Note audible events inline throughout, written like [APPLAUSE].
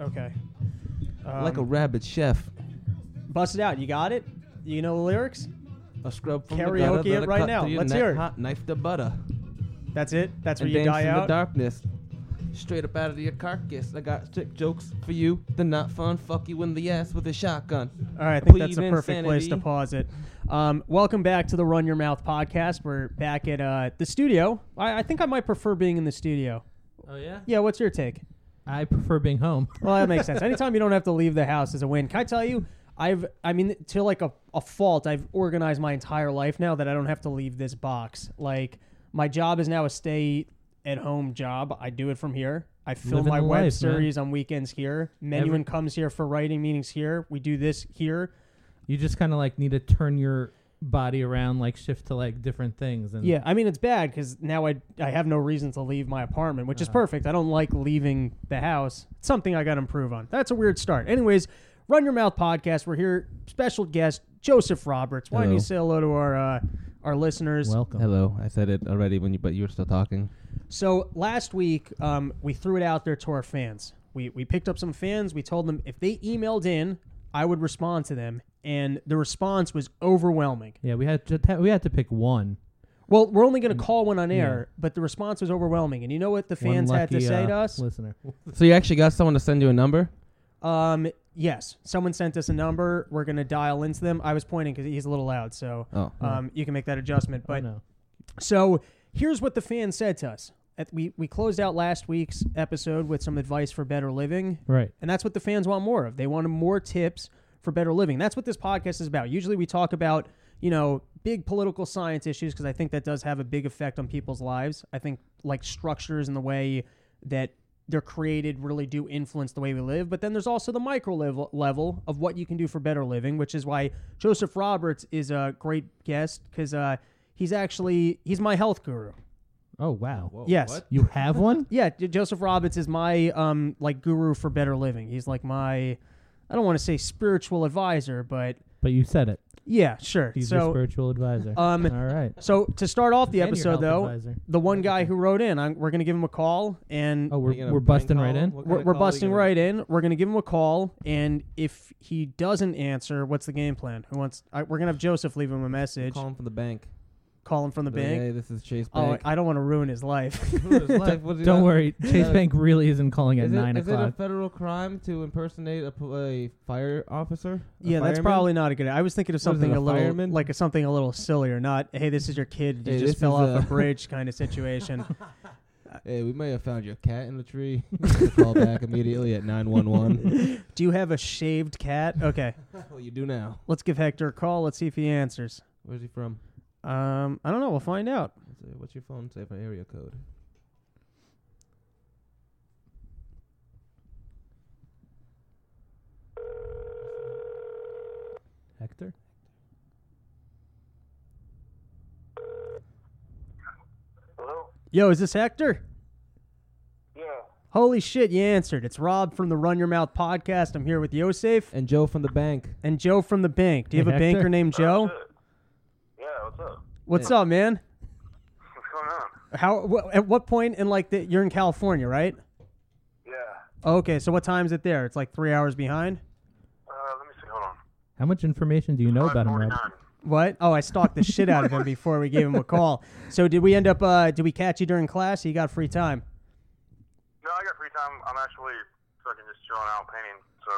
Okay. like a Um, rabbit chef. bust it out. You got it. You know the lyrics. A scrub from Karaoke the gutter, it that'll right cut now. through your Let's neck, hear it. Hot knife the butter. That's it. That's where and you dance die in out. the darkness. Straight up out of your carcass. I got sick jokes for you. They're not fun. Fuck you in the ass with a shotgun. All right, I think that's Plead the perfect place to insanity. pause it. Um, welcome back to the Run Your Mouth podcast. We're back at uh, the studio. I, I think I might prefer being in the studio. Oh yeah. Yeah, what's your take? I prefer being home. [LAUGHS] Well, that makes sense. Anytime you don't have to leave the house is a win. Can I tell you? I've, I mean, to like a, a fault, I've organized my entire life now that I don't have to leave this box. Like, my job is now a stay at home job. I do it from here. I film Living my the web life, man. series on weekends here. Menuin Every- comes here for writing meetings here. We do this here. You just kind of like need to turn your body around, like shift to like different things. And Yeah, I mean it's bad because now I I have no reason to leave my apartment, which is Uh-huh. perfect. I don't like leaving the house. It's something I got to improve on. That's a weird start. Anyways, Run Your Mouth podcast. We're here, special guest Joseph Roberts. Why don't you Hello. say hello to our uh, our listeners? Welcome. Hello, I said it already when you, but you were still talking. So last week, um, we threw it out there to our fans. We we picked up some fans. We told them if they emailed in, I would respond to them, and the response was overwhelming. Yeah, we had to ta- we had to pick one. Well, we're only going to call one on air, but the response was overwhelming. And you know what the Mm. one fans had to lucky, say uh, to us? listener. [LAUGHS] So you actually got someone to send you a number? Um, yes, someone sent us a number. We're gonna dial into them. I was pointing because he's a little loud, so Oh. um, you can make that adjustment. [LAUGHS] I But know. so here's what the fans said to us. At, we we closed out last week's episode with some advice for better living, Right. and that's what the fans want more of. They want more tips for better living. That's what this podcast is about. Usually we talk about you know big political science issues because I think that does have a big effect on people's lives. I think like structures and the way that they're created really do influence the way we live. But then there's also the micro level, level of what you can do for better living, which is why Joseph Roberts is a great guest because uh, he's actually he's my health guru. Oh wow. yes. You have one? Yeah, J- Joseph Roberts is my um like guru for better living. He's like my I don't want to say spiritual advisor, but but you said it. yeah, sure. He's your so spiritual advisor. Um, All right. so to start off the And your episode health though, advisor. the one guy who wrote in, I'm, we're going to give him a call and Oh, we're, we're busting right in. we're, we're busting right in. We're going to give him a call and if he doesn't answer, what's the game plan? Who wants I, we're going to have Joseph leave him a message, Call him from the bank. call him from the Be like, bank. Hey, this is Chase Oh, [LAUGHS] Bank. I don't want to ruin his life. [LAUGHS] Don't worry, Chase Yeah. Bank really isn't calling at Is, nine it, is it a o'clock. federal crime to impersonate a, pol- a fire officer? A Yeah, that's fireman? probably not a good. I was thinking of What is it, something a a little fireman? like a, something a little sillier, not hey, this is your kid, you Hey, just this fell is off a, a- bridge [LAUGHS] kind of situation. Hey, we may have found your cat in the tree. [LAUGHS] Call [LAUGHS] back immediately at 911. Do you have a shaved cat? Okay, well, you do now. let's give Hector a call. Let's see if he answers. Where's he from? Um, I don't know. We'll find out. Let's see, What's your phone say for area code? Hector. Hello? Yo, is this Hector? Yeah. Holy shit, you answered. It's Rob from the Run Your Mouth podcast. I'm here with Yosef And Joe from the bank. and Joe from the bank. Do you Hey, have a Hector? banker named Joe? What's up? Yeah, what's up? What's up, man? What's going on? How? Wh- at what point in like the you're in California, right? Yeah. Okay, so what time is it there? It's like three hours behind. Uh, let me see. Hold on. How much information do you know about him, Rob? 549. What? Oh, I stalked the shit out of him before we gave him a call. So did we end up? Uh, did we catch you during class? You got free time. No, I got free time. I'm actually fucking just chilling out painting, so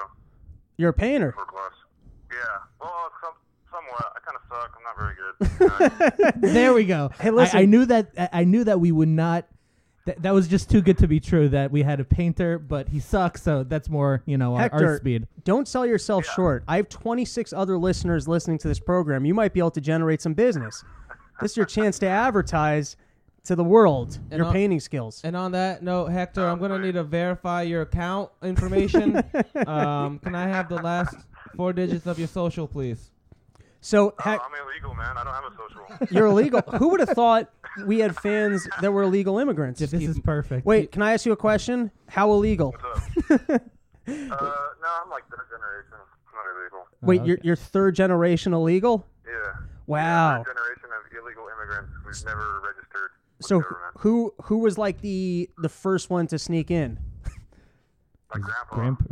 You're a painter. we're close. Yeah. Well, some, somewhat. I kind of suck. I'm not very good. Uh, There we go. Hey, listen. I, I knew that. I- I knew that we would not. That, that was just too good to be true. That we had a painter, but he sucks. So that's more, you know, our, our Hector, speed. don't sell yourself short. I have 26 other listeners listening to this program. You might be able to generate some business. This is your chance to advertise to the world your I'll- painting skills. And on that note, Hector, I'm gonna need to verify your account information. [LAUGHS] um, can I have the last four digits of your social, please? So oh, Hec- I'm illegal, man. I don't have a social. you're illegal. Who would have thought we had fans that were illegal immigrants? This is Oh, perfect. Wait, can I ask you a question? How illegal? What's up? uh, no, I'm like third generation. I'm not illegal. Wait, you're, you're third generation illegal? Yeah. Wow. Third generation of illegal immigrants who've never registered. with So the government. who who was like the the first one to sneak in? Like grandpa. Grandpa,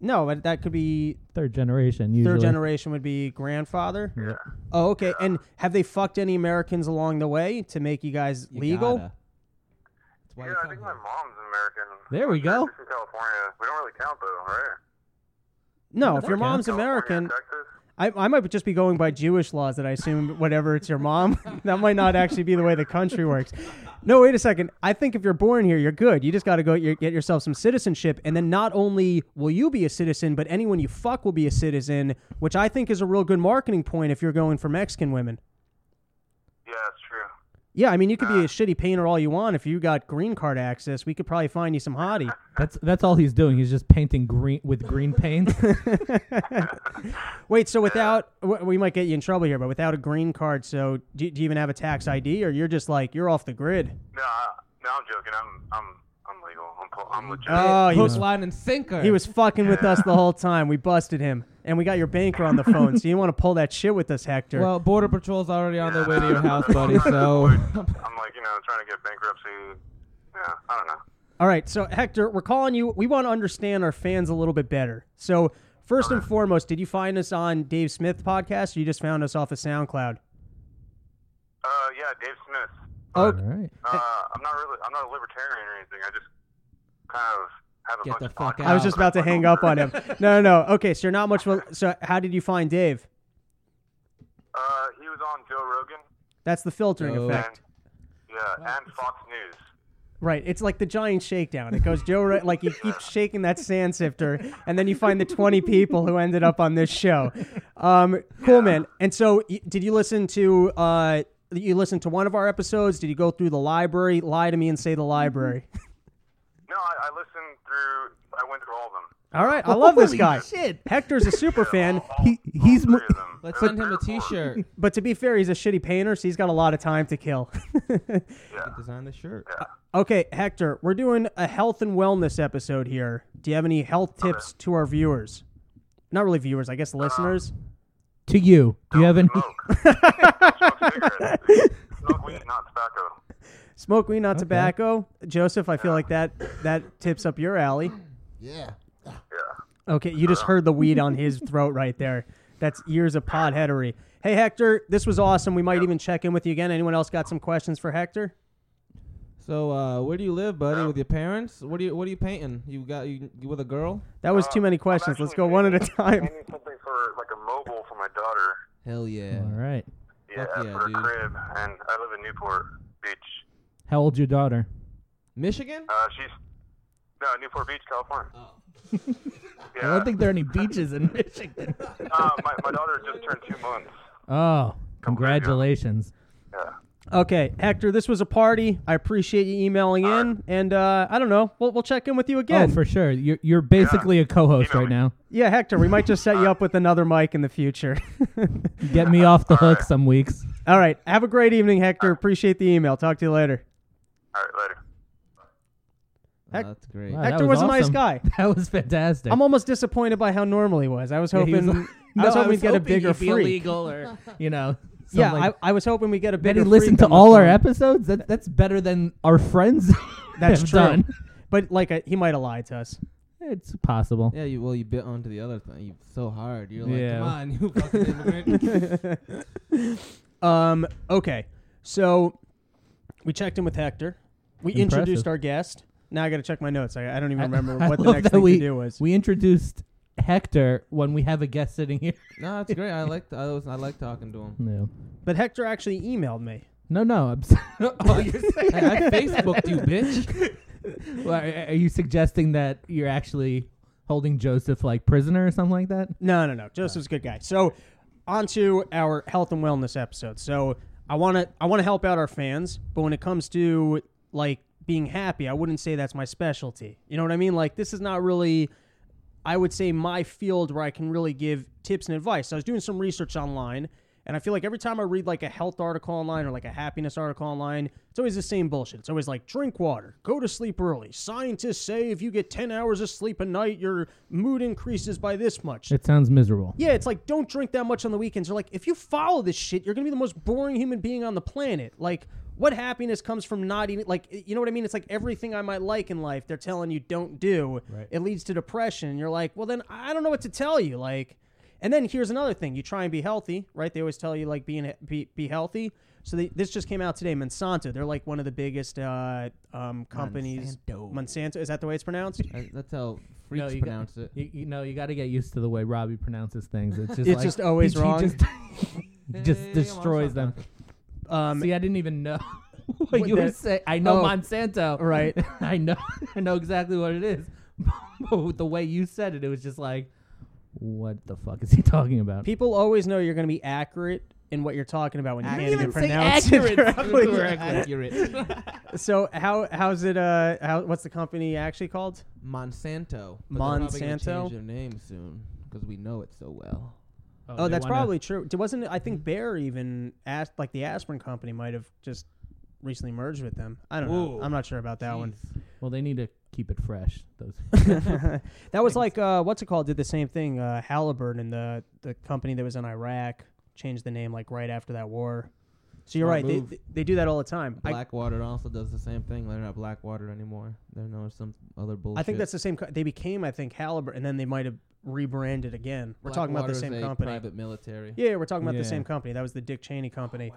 No, but that could be third generation. Usually. third generation would be grandfather. yeah. Oh, okay. And have they fucked any Americans along the way to make you guys You legal? gotta. That's why Yeah, it's I think on my here. mom's American. There we I'm sure go. she's from California. We don't really count though, right? No, Yeah, if that your counts. mom's California, American, Texas. I, I might just be going by Jewish laws that I assume whatever it's your mom, [LAUGHS] that might not actually be the way the country works. No, wait a second. I think if you're born here, you're good. You just got to go get get yourself some citizenship. And then not only will you be a citizen, but anyone you fuck will be a citizen, which I think is a real good marketing point if you're going for Mexican women. Yeah, that's true. Yeah, I mean, you could be a shitty painter all you want. If you got green card access, we could probably find you some hottie. That's that's all he's doing. He's just painting green with [LAUGHS] green paint. Wait, so without w- we might get you in trouble here, but without a green card, so do, do you even have a tax ID, or you're just like you're off the grid? No, I, no, I'm joking. I'm, I'm, I'm legal. I'm, po- I'm legit. Oh, he Hook, was line, and sinker. he was fucking with us the whole time. We busted him, and we got your banker on the phone. so you want to pull that shit with us, Hector? Well, border patrol's already on their way to your house, [LAUGHS] I'm buddy. trying to So avoid- I'm like, you know, trying to get bankruptcy. Yeah, I don't know. All right, so Hector, we're calling you. We want to understand our fans a little bit better. So first and foremost, did you find us on Dave Smith podcast, or you just found us off of SoundCloud? Uh, yeah, Dave Smith. all Oh, right. Uh, I'm not really, I'm not a libertarian or anything. I just kind of have a Get bunch the of fuck podcasts. out. I was just about to hang up on him. No, no, no. Okay, so you're not much. of a- So how did you find Dave? [LAUGHS] Uh, he was on Joe Rogan That's the filtering Oh. effect. and yeah, and Fox News. Right. It's like the giant shakedown. It goes Joe, [LAUGHS] Ro- like you keep shaking that sand sifter, and then you find the 20 people who ended up on this show. Um, cool, man. And so, y- did you listen to, uh, you listened to one of our episodes? Did you go through the library? Lie to me and say the library. No, I, I listened through. I went through all of them. [LAUGHS] All right. I love this Holy guy. Shit. Hector's a super fan, All- He- all he's three mo- of them. [LAUGHS] let's There send him were a three or four. T-shirt. but to be fair, he's a shitty painter, so he's got a lot of time to kill. [LAUGHS] Design the shirt. okay, Hector, we're doing a health and wellness episode here. Do you have any health tips to our viewers? Not really viewers, I guess Uh, listeners. To you. Do you have any? Smoke. Smoke cigarettes. Smoke weed, not tobacco. Smoke weed, not tobacco. Joseph, I feel like that that tips up your alley. Yeah. Yeah. Okay, you just heard the weed on [LAUGHS] his throat right there. That's years of podheadery. Hey Hector, this was awesome. We might even check in with you again. Anyone else got some questions for Hector? So uh, where do you live, buddy? With your parents? What do you What are you painting? You got you, you with a girl? That was Uh, [LAUGHS] too many I'm questions. Let's actually go one at a painting- time. painting something for like a mobile for my daughter. Hell yeah. All right. Yeah, Fuck yeah, for dude. a crib, and I live in Newport Beach. How old's your daughter? Michigan? Uh, she's no Newport Beach, California. Oh. yeah. I don't think there are any beaches in Michigan. uh, my my daughter just turned two months. [LAUGHS] Oh, congratulations. Yeah. Okay, Hector, this was a party. I appreciate you emailing in, and uh, I don't know. We'll, we'll check in with you Oh, again. for sure. You're you're basically a co-host Email right me. now. [LAUGHS] yeah, Hector, we might just set you up with another mic in the future. [LAUGHS] Get me off the All hook right. some weeks. All right, have a great evening, Hector. Appreciate the email. Talk to you later. All right, later. Hec- Oh, that's great. Wow, that Hector was, a nice awesome. guy. [LAUGHS] That was fantastic. I'm almost disappointed by how normal he was. I was Yeah, he hoping, was- [LAUGHS] I No, was hoping I we'd was get a hoping bigger he'd be freak. illegal [LAUGHS] or you know. Yeah, something. I, I was hoping we get a That bigger. he freak listened to on the all our phone. episodes. That that's better than our friends. [LAUGHS] That's have true. Done. But like, uh he might have lied to us. It's possible. Yeah, you well, you bit onto the other thing. You so hard. You're like, Yeah. come on, you fucking [LAUGHS] immigrant. Um. Okay. So we checked in with Hector. We Impressive. introduced our guest. Now I got to check my notes. I, I don't even remember [LAUGHS] I what the love next that thing we, to do was. We introduced Hector when we have a guest sitting here. no, it's great. I like I, was, I like talking to him. No, but Hector actually emailed me. no, no. I'm s- [LAUGHS] oh, you're saying, [LAUGHS] Hey, I Facebooked you, bitch. [LAUGHS] Well, are, are you suggesting that you're actually holding Joseph like prisoner or something like that? No, no, no. Joseph's a good guy. So, on to our health and wellness episode. So, I want to I want to help out our fans, but when it comes to like being happy, I wouldn't say that's my specialty. You know what I mean? Like this is not really I would say my field where I can really give tips and advice. So I was doing some research online and I feel like every time I read like a health article online or like a happiness article online, it's always the same bullshit. It's always like drink water, go to sleep early. Scientists say if you get 10 hours of sleep a night, your mood increases by this much. It sounds miserable. Yeah, it's like don't drink that much on the weekends. Or like if you follow this shit, you're gonna be the most boring human being on the planet. Like what happiness comes from not eating? Like, you know what I mean? It's like everything I might like in life, they're telling you don't do. Right. It leads to depression. You're like, well, then I don't know what to tell you. Like, and then here's another thing: you try and be healthy, right? They always tell you like being be, be healthy. So they, this just came out today. Monsanto, they're like one of the biggest uh, um, companies. Monsanto. Monsanto, is that the way it's pronounced? That- That's how freaks you pronounce [LAUGHS] got, it. You, you know, you got to get used to the way Robbie pronounces things. It's just It's like, just always [LAUGHS] he, wrong. He just, he [LAUGHS] just Hey, destroys them. Um, See, I didn't even know [LAUGHS] what, What you were that- saying. I know Oh, Monsanto, right. [LAUGHS] I know, I know exactly what it is. [LAUGHS] but the way you said it, it was just like, what the fuck is he talking about? People always know you're going to be accurate in what you're talking about when you I can't didn't even even say pronounce it [LAUGHS] accurate. correctly. Correct. Accurate. So how how's it? Uh, how what's the company actually called? [LAUGHS] Monsanto. But they're probably gonna Monsanto? Change their name soon because we know it so well. Oh, they that's wanna- probably true. It wasn't I think Bayer even asked like the aspirin company might have just recently merged with them. I don't know. Whoa. I'm not sure about that one. Jeez. Well, they need to keep it fresh. Those [LAUGHS] that was like uh, what's it called? Did the same thing. Uh, Halliburton, the the company that was in Iraq, changed the name like right after that war. So you're Smart right. They, move. they they do that all the time. I, Blackwater also does the same thing. They're not Blackwater anymore. They're no some other bullshit. I think that's the same. Co- they became I think Halliburton, and then they might have rebranded again. We're talking about the Blackwater is same a company. Private military. Yeah, we're talking about Yeah. Oh, the same company. That was the Dick Cheney company.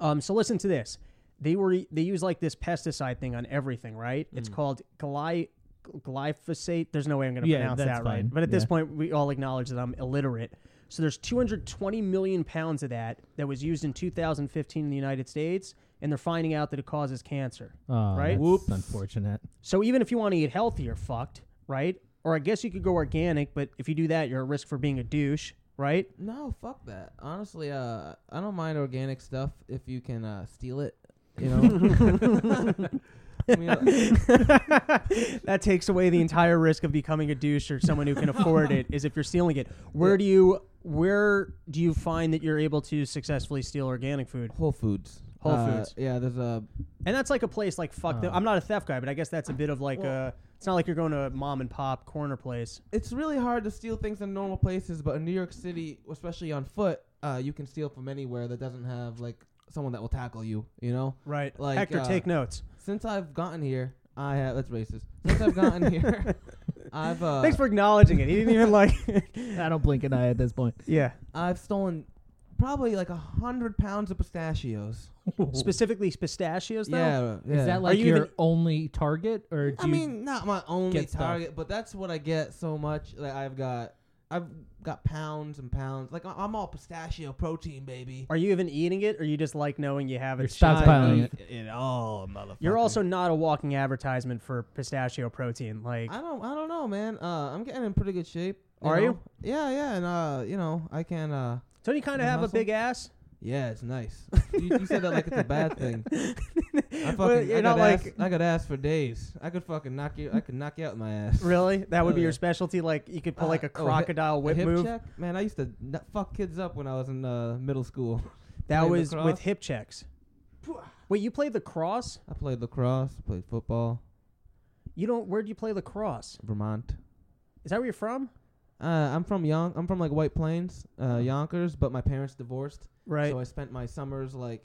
Um, so listen to this. They were they use like this pesticide thing on everything, right? It's Mm. called gly, glyphosate. There's no way I'm going to Yeah, pronounce that's that right. fine. But at this Yeah. point, we all acknowledge that I'm illiterate. So there's 220 million pounds of that that was used in 2015 in the United States, and they're finding out that it causes cancer. oh, [LAUGHS] Right? That's Whoops. Unfortunate. So even if you want to eat healthy, you're fucked, right? Or I guess you could go organic, but if you do that, you're at risk for being a douche, right? [LAUGHS] No, fuck that. Honestly, uh, I don't mind organic stuff if you can uh, steal it. [LAUGHS] You know. [LAUGHS] I mean, uh, that takes away the entire risk of becoming a douche or someone who can afford it is if you're stealing it. Where do you where do you find that you're able to successfully steal organic food? Whole Foods. Whole Uh, Foods. Yeah, there's a And that's like a place like fuck them. Uh. Oh. I'm not a theft guy, but I guess that's a bit of like a it's not like you're going to a mom and pop corner place. it's really hard to steal things in normal places, but in New York City, especially on foot, uh, you can steal from anywhere that doesn't have like someone that will tackle you. You know, Right. Like, Hector, uh, take notes. since I've gotten here, I have that's racist. Since I've gotten [LAUGHS] here, I've uh, Thanks for acknowledging it. He didn't even like [LAUGHS] I don't blink an eye at this [LAUGHS] point. Yeah. I've stolen probably like a hundred pounds of pistachios. Specifically pistachios though? Yeah, yeah. Is that like you your even- only target, or do I you mean, not my only get stuff? target, but that's what I get so much. Like I've got, I've got pounds and pounds. Like I- I'm all pistachio protein, baby. Are you even eating it or you just like knowing you have You're it? stockpiling shined? it. It all, motherfucker. You're also not a walking advertisement for pistachio protein. Like I don't. I don't know, man. Uh, I'm getting in pretty good shape. Are know? you? Yeah, yeah, and uh, you know, I can. Uh, Don't you kind The of have a muscle? big ass? yeah, [LAUGHS] it's nice. you, you said that like it's a bad thing. I fucking. Well, I you're got not ass, like I could ass for days. I could fucking knock you. I could knock you out with my ass. really. That would be Oh, yeah. your specialty. Like you could pull Uh, like a oh, hi- crocodile A whip hip move. check? Man, I used to n- fuck kids up when I was in uh, middle school. That Playing was with lacrosse. hip checks. Wait, you play lacrosse? I played lacrosse, played football, You don't. Where do you play lacrosse? Vermont. Is that where you're from? Uh, I'm from Yon- I'm from like White Plains, uh, Yonkers, but my parents divorced, Uh-huh. Right. so I spent my summers like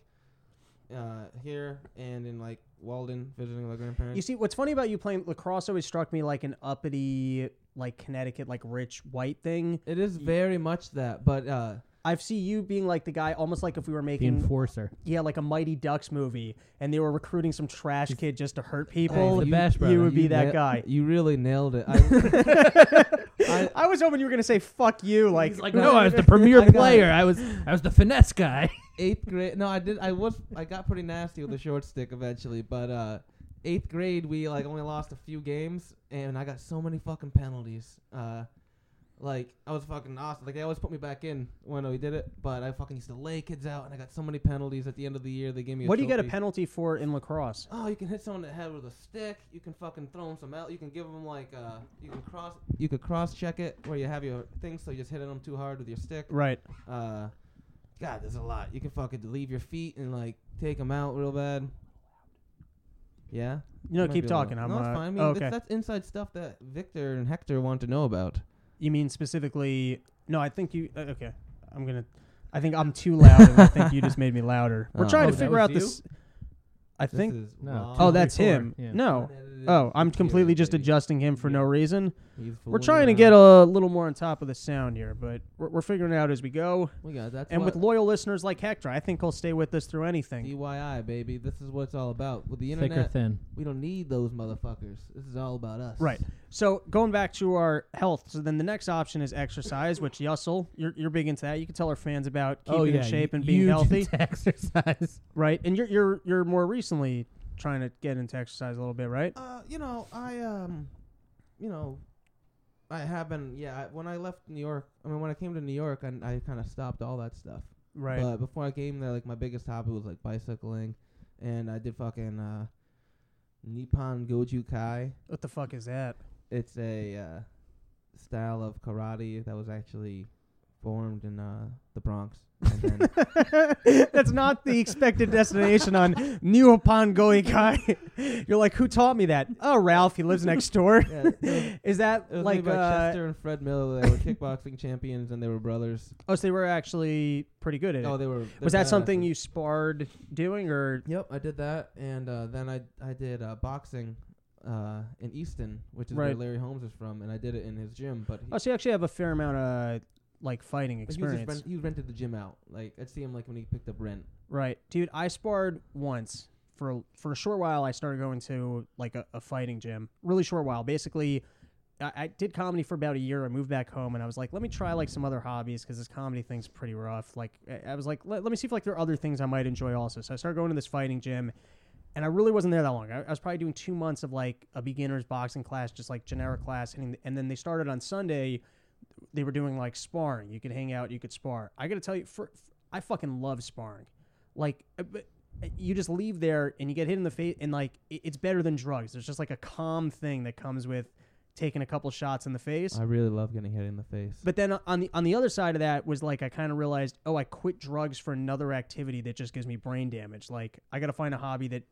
uh, here and in like Walden visiting my grandparents. you see, what's funny about you playing lacrosse always struck me like an uppity, like Connecticut, like rich white thing. it is very much that, but uh, I've see you being like the guy, almost like if we were the making, enforcer? yeah, like a Mighty Ducks movie, and they were recruiting some trash kid just to hurt He's people. the you- Bash you Brother. would be that na- guy. You really nailed it. I, [LAUGHS] I, was hoping you were gonna say "fuck you," like He's like, uh, no, I was [LAUGHS] the premier I got- player. I was, I was the finesse [LAUGHS] guy. eighth grade. No, I did. I was. I got pretty nasty with the short stick eventually, but uh, eighth grade we like only lost a few games, and I got so many fucking penalties. Uh, like I was fucking awesome. Like they always put me back in when we did it, but I fucking used to lay kids out, and I got so many penalties at the end of the year. They gave me. A What do you get a trophy. penalty for in lacrosse? Oh, you can hit someone in the head with a stick. You can fucking throw them some out. You can give them like uh, you can cross. You could cross check it where you have your thing, so you're just hitting them too hard with your stick. Right. Uh, God, there's a lot. You can fucking leave your feet and like take them out real bad. Yeah. You know, keep Might be a little- talking. I'm no, it's uh, fine. I mean, oh, it's- okay. that's inside stuff that Victor and Hector want to know about. You mean specifically? No, I think you. Uh, okay, I'm gonna. I think I'm too loud, and I think you just made me louder. We're Oh. trying [LAUGHS] Oh, to that figure out was you? this. I think. This is No, wrong. oh, [LAUGHS] that's Three, four, him. yeah. No. Unedited Oh, I'm material, completely just baby. adjusting him for no Yeah. reason. He's We're Oh, fooling trying to around. get a little more on top of the sound here, but we're, we're figuring it out as we go. We got that's And what- with loyal listeners like Hector, I think he'll stay with us through anything. DIY, baby. This is what it's all about. With the Thick or internet, thin. we don't need those motherfuckers. This is all about us. Right. So going back to our health, so then the next option is exercise, which Yussel, you're, you're big into that. You can tell our fans about keeping oh yeah, in shape and y- being huge healthy, [LAUGHS] into [LAUGHS] Exercise. right? And you're you're you're more recently trying to get into exercise a little bit, right? Uh, you know, I um, you know, I have been. Yeah, I, when I left New York, I mean, when I came to New York, I, I kind of stopped all that stuff. Right. But before I came there, like my biggest hobby was like bicycling, and I did fucking uh, Nippon Goju Kai. what the fuck is that? [LAUGHS] It's a uh, style of karate that was actually formed in uh, the Bronx. And [LAUGHS] then That's not the expected destination on Nippon Goikai. [LAUGHS] You're like, who taught me that? Oh, Ralph. He lives next door. yeah, it was, Is that it was like? made by Uh, Chester and Fred Miller. They were kickboxing champions, and they were brothers. oh, so they were actually pretty good at it. Oh, they were. was that something you sparred doing, or Yep, I did that, and uh, then I I did uh, boxing uh, in Easton, which is where Right. Larry Holmes is from, and I did it in his gym. But he, Oh, so you actually have a fair amount of like fighting Like, he was just experience, rent- he rented the gym out. Like I'd see him like when he picked up rent. right, dude? I sparred once for for a short while. I started going to like a, a fighting gym, really short while. Basically, I, I did comedy for about a year. I moved back home, and I was like, let me try like some other hobbies because this comedy thing's pretty rough. Like, I, I was like, let, let me see if like there are other things I might enjoy also. So I started going to this fighting gym. And I really wasn't there that long. I, I was probably doing two months of like a beginner's boxing class, just like generic class. And, and then they started on Sunday they were doing like sparring. You could hang out, you could spar. I gotta tell you, for, for- I fucking love sparring. Like, uh, but uh, you just leave there and you get hit in the face, and like it- it's better than drugs. There's just like a calm thing that comes with taking a couple shots in the face. I really love getting hit in the face. But then on the on the other side of that was like I kind of realized, oh, I quit drugs for another activity that just gives me brain damage. Like I got to find a hobby that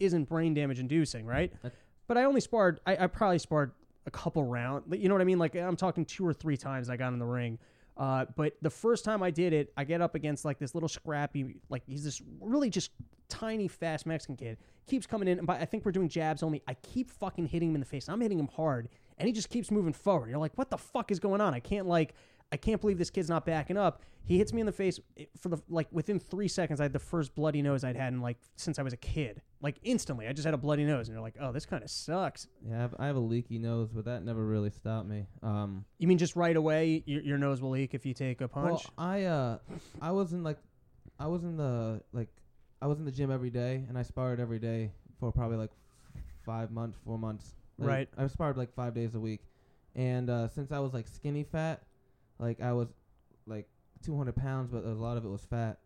isn't brain damage inducing, right? That- But I only sparred. I, I probably sparred a couple rounds. You know what I mean? Like I'm talking two or three times I got in the ring. Uh, but the first time I did it, I get up against like this little scrappy, like he's this really just tiny, fast Mexican kid. Keeps coming in, and by, I think we're doing jabs only. I keep fucking hitting him in the face. I'm hitting him hard, and he just keeps moving forward. You're like, what the fuck is going on? I can't like, I can't believe this kid's not backing up. He hits me in the face it- for the like within three seconds. I had the first bloody nose I'd had in like since I was a kid. Like instantly, I just had a bloody nose, and you're like, oh, this kind of sucks. yeah, I have, I have a leaky nose, but that never really stopped me. Um, You mean just right away, your, your nose will leak if you take a punch? Well, I uh, I was in like, I was in the like, I was in the gym every day, and I sparred every day for probably like five months, four months. Like, Right. I sparred like five days a week, and uh, since I was like skinny fat, like I was like 200 pounds, but a lot of it was fat.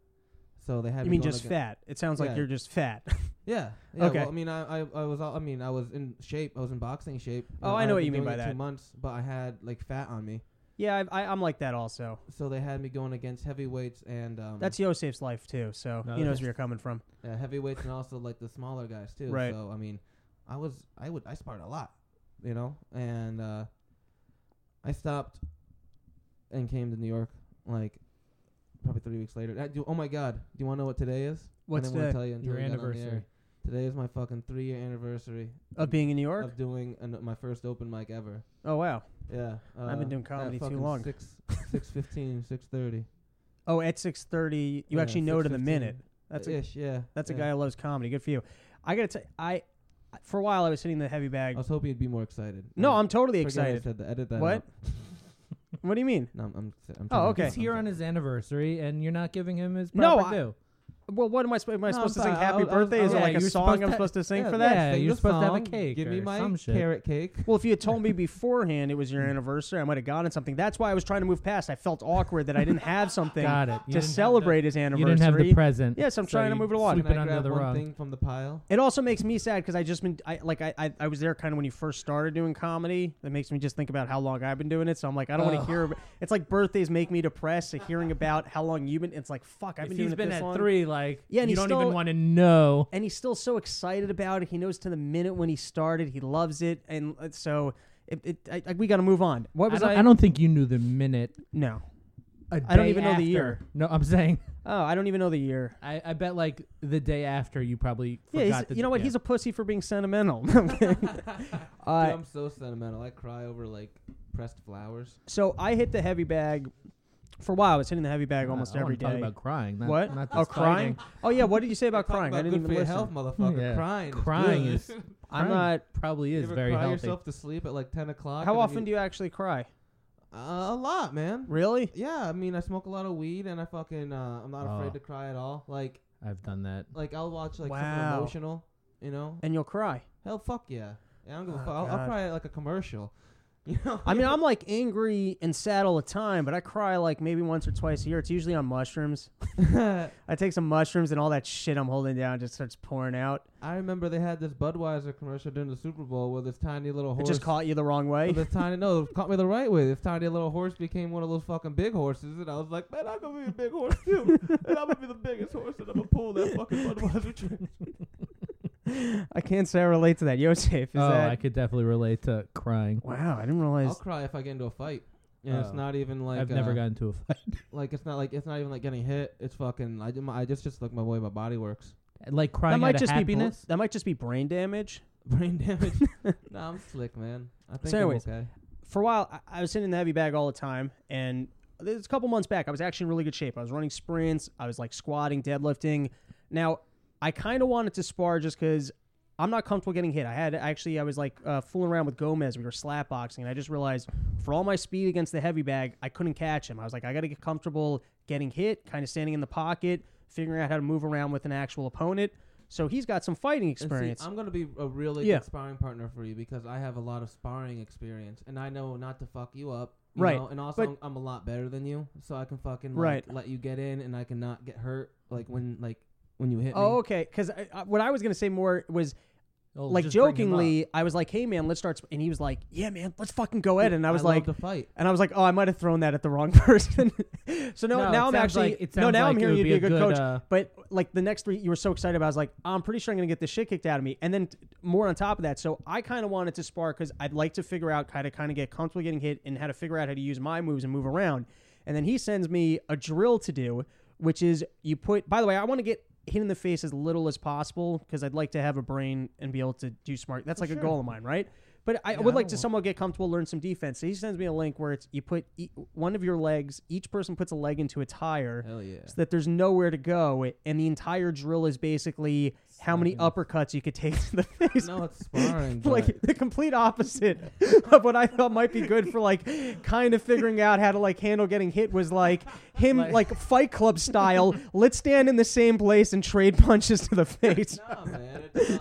So they had. you me mean going just against- fat? It sounds like Yeah. you're just fat. [LAUGHS] Yeah. yeah Okay. Well, I mean, I, I, I was, all, I mean, I was in shape. I was in boxing shape. Oh, I had know what been you mean doing by it that. Two months, but I had like fat on me, yeah, I, I, I'm like that also. so they had me going against heavyweights and. Um, That's Yosef's life too, so No, he knows that's- where you're coming from. Yeah, uh, heavyweights and also like the smaller guys too. Right. So I mean, I was I would I sparred a lot, you know, and uh, I stopped and came to New York like probably three weeks later. Uh, do, oh my God, do you want to know what today is? What's I didn't wanna the tell you until Your we got on the anniversary. air. Today is my fucking three year anniversary of being in New York? of doing an, my first open mic ever. oh wow. Yeah, uh, I've been doing at comedy too fucking long. Six, six fifteen, six thirty. Oh, at 6:30, you actually know it in the minute. That's a, ish, yeah. that's a yeah. guy who loves comedy. Good for you. I gotta tell I for a while I was hitting the heavy I bag. was hoping you'd be more excited. no, I I'm totally forget I excited. said that. Edit that What? out. [LAUGHS] What do you mean? No, I'm. I'm, s- I'm Oh, talking okay. about It's here on something. his anniversary, and you're not giving him his No, proper I- due. Well, what am I, sp- am I No, supposed I'm to sing sorry. I happy was- I was- birthday? Is yeah, it like you're a song supposed I'm to- supposed to sing Yeah, for yeah, that? Yeah, sing you're the supposed to have a song, cake Give me or my some shit. carrot cake. Well, if you had told [LAUGHS] me beforehand it was your anniversary, I might have gotten something. That's why I was trying to move past. I felt awkward that I didn't [LAUGHS] have something Got it. You didn't to have the- celebrate his You anniversary. didn't have the present. Yes, I'm so trying to you move it along. sweep Can it I under grab the one rug. thing from the pile? It also makes me sad because I just been I like I, I I was there kind of when you first started doing comedy. That makes me just think about how long I've been doing it. So I'm like, I don't want Oh. to hear. ab- It's like birthdays make me depressed. so hearing about how long you've been, it's like fuck. I've If been doing he's it been this at long. three, like Yeah, and you he's don't still- even want to know. and he's still so excited about it. He knows to the minute when he started. He loves it, and uh, so it, it I, I- we got to move on. What I was don't, I? I don't think you knew the minute. no. a I don't day even know the after- year. No, I'm saying Oh, I don't even know the year. I, I bet like the day after you probably Yeah, forgot. he's- that- you know what? yeah. He's a pussy for being [LAUGHS] sentimental. [LAUGHS] No, I'm kidding. Uh, Dude, I'm so sentimental. I cry over like pressed flowers. so I hit the heavy bag. For a while, I was hitting the heavy bag I- almost Uh, I wanna every talk day. about crying. Not, what? Not oh, just crying? Oh yeah. What did [LAUGHS] you say about Talk crying? I didn't good even for your listen. health, motherfucker. Yeah. Crying. is Crying good. [LAUGHS] is- You I'm Crying not. probably is ever very cry healthy. yourself to sleep at like 10 o'clock. How often do you actually cry? Uh, a lot, man. Really? Yeah, I mean, I smoke a lot of weed, and I fucking uh, I'm not Oh. afraid to cry at all. Like, I've done that. like I'll watch like Wow. something emotional, you know? And you'll [LAUGHS] cry. Hell, fuck yeah. yeah I don't give a Oh, fuck. I'll, God. I'll cry at like a commercial. [LAUGHS] You know? I mean, I'm like angry and sad all the time, but I cry like maybe once or twice a year. It's usually on mushrooms. I take some mushrooms and all that shit I'm holding down just starts pouring out. [LAUGHS] I remember they had this Budweiser commercial during the Super Bowl where this tiny little horse. It just caught you the wrong way. [LAUGHS] Well, this tiny no caught me the right way. This tiny little horse became one of those fucking big horses, and I was like, man, I'm gonna be a big horse [LAUGHS] too, and I'm gonna be the biggest horse, and I'm gonna pull that fucking Budweiser [LAUGHS] drink. I can't say I relate to that. Yosef, is oh, that? I could definitely relate to crying. Wow, I didn't I'll realize. cry if I get into a fight. And Oh. it's not even like I've never uh, gotten to [LAUGHS] a fight. like it's not like it's not even like getting hit. It's fucking I, do my, I just just like my way my body works. [LAUGHS] like crying That might out just of be bl- happiness. that might just be brain damage. Brain [LAUGHS] damage. nah, I'm slick, man. I think I'm anyways, okay. for a while, I, I was sitting in the heavy bag all the time. And this was a couple months back, I was actually in really good shape. I was running sprints, I was like squatting, deadlifting. Now, I kind of wanted to spar just because I'm not comfortable getting hit. I had actually, I was like uh, fooling around with Gomez. We were slap boxing. And I just realized for all my speed against the heavy bag, I couldn't catch him. I was like, I got to get comfortable getting hit, kind of standing in the pocket, figuring out how to move around with an actual opponent. So he's got some fighting And experience. See, I'm gonna be a really Yeah. good sparring partner for you because I have a lot of sparring experience, and I know not to fuck you up. you Right, know, And also, but- I'm, I'm a lot better than you, so I can fucking like, Right. let you get in, and I can not get hurt. Like when like when you hit oh, me. okay. Because I, I, what I was going to say more was Oh, like just bring him jokingly, I was like, "Hey man, let's start." sp-" And he was like, "Yeah man, let's fucking go at it." And I was love like, to fight. and I was like, "Oh, I might have thrown that at the wrong [LAUGHS] person." so no, No, it now I'm sounds actually like- it no, sounds now like I'm it hearing would you'd be be a a good, good, coach. uh, but like the next three, you were so excited. About, it. I was like, "I'm pretty sure I'm gonna get the shit kicked out of me." And then t- more on top of that, so I kind of wanted to spar because I'd like to figure out how to kind of get comfortable getting hit and how to figure out how to use my moves and move around. And then he sends me a drill to do, which is you put. By the way, I want to get hit in the face as little as possible because I'd like to have a brain and be able to do smart. That's like a goal of mine, right? But I would like to somewhat get comfortable, learn some defense. So he sends me a link where it's you put e- one of your legs. Each person puts a leg into a tire, Hell yeah. so that there's nowhere to go, and the entire drill is basically how many uppercuts you could take to the [LAUGHS] face. No, it's sparring. [LAUGHS] Like the complete opposite of what I thought might be good for like kind of figuring out how to like handle getting hit was like him like, Like- Fight Club style. Let's stand in the same place and trade punches to the face. but- Nah, man, it's not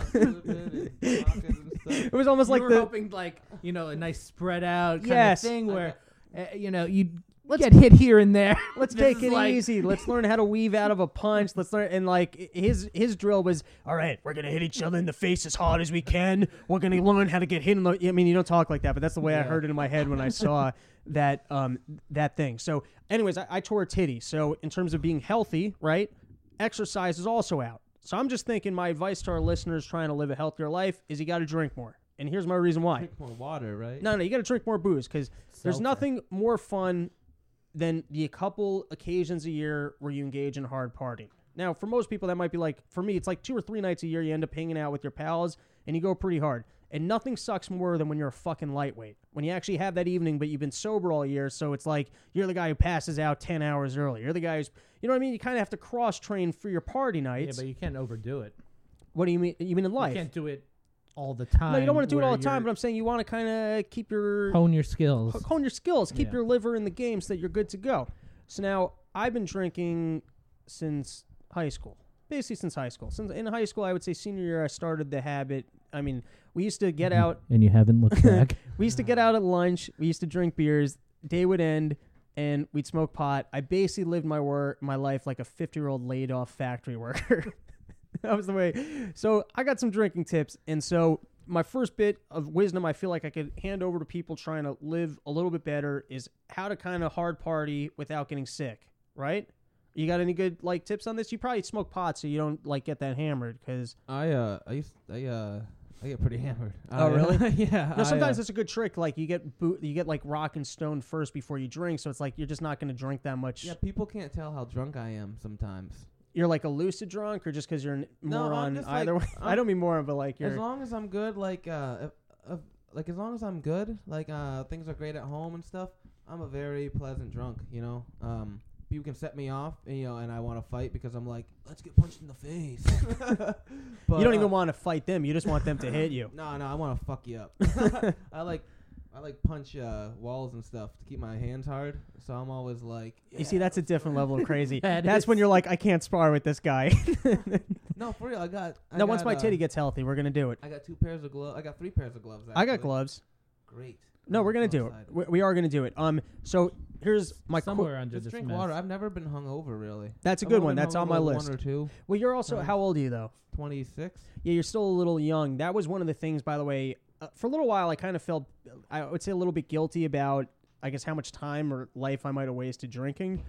[LAUGHS] stupid and pockets and stuff. It was almost you like were the hoping like you know a nice spread out kind Yes. of thing where uh, you know you would get hit here and there. [LAUGHS] Let's This take is it like- easy. Let's learn how to weave out of a punch. Let's learn and like his his drill was all right. We're gonna hit each other in the face as hard as we can. We're gonna learn how to get hit. In the, I mean, you don't talk like that, but that's the way I heard it in my head [LAUGHS] when I saw that um that thing. So, anyways, I, I tore a titty. So in terms of being healthy, right? Exercise is also out. So I'm just thinking, my advice to our listeners trying to live a healthier life is you got to drink more. And here's my reason why. Drink more water, right? No, no, you got to drink more booze because there's Seltzer. nothing more fun than the couple occasions a year where you engage in hard partying. Now, for most people, that might be like, for me, it's like two or three nights a year you end up hanging out with your pals and you go pretty hard. And nothing sucks more than when you're a fucking lightweight. When you actually have that evening, but you've been sober all year, so it's like you're the guy who passes out 10 hours early. You're the guy who's, you know what I mean? You kind of have to cross train for your party Yeah, nights. but you can't overdo it. what do you mean? You mean in You life? can't do it all the time. no, you don't want to do it where all the time, but you're- I'm saying you want to kind of keep your hone your skills. hone your skills, keep Yeah. your liver in the game so that you're good to go. So now I've been drinking since high school, basically since high school. Since in high school, I would say senior year, I started the habit. I mean, we used to get [LAUGHS] out, And you haven't looked back. we used to get out at lunch, we used to drink beers. Day would end, and we'd smoke pot. I basically lived my work, my life like a 50 year old laid off factory [LAUGHS] worker. that was the way. So I got some drinking tips, and so my first bit of wisdom I feel like I could hand over to people trying to live a little bit better is how to kind of hard party without getting sick. Right? You got any good like tips on this? You probably smoke pot, so you don't like get that hammered because I uh I used I uh I get pretty hammered. Oh, I- really? [LAUGHS] yeah. No, sometimes I, uh, it's a good trick. Like you get boot, you get like rock and stone first before you drink, so it's like you're just not going to drink that much. yeah, people can't tell how drunk I am sometimes. You're like a lucid drunk, or just because you're a No, I'm moron. just, like, either way, I I'm- don't mean moron, but like As you're. long as I'm good, like uh, if, if, like as long as I'm good, like uh, things are great at home and stuff. I'm a very pleasant drunk, you know. Um, people can set me off, and, you know, and I want to fight because I'm like, let's get punched in the face. [LAUGHS] but, you don't uh, even want to fight them. You just want them to hit [LAUGHS] you. No, no, I want to fuck you [LAUGHS] up. [LAUGHS] I like, I like punch uh, walls and stuff to keep my hands hard. So I'm always like, You see, "Yeah, that's a different level of crazy. [LAUGHS] That that's is- when you're like, I can't spar with this guy. no, for real. I got. [LAUGHS] I now, once got, my uh, titty gets healthy, we're gonna do it. I got two pairs of gloves. I got three pairs of gloves. Actually. I got gloves. Great. No, I'm we're gonna so do it. excited. We, we are gonna do it. Um, so here's [LAUGHS] my qu- somewhere under Just this drink mess. water. I've never been hungover really. That's a I've good only one. been That's on hungover my one list. or two. Well, you're also Nice. how old are you though? 26. Yeah, you're still a little young. That was one of the things, by the way. Uh, for a little while, I kind of felt, I would say, a little bit guilty about, I guess, how much time or life I might have wasted drinking.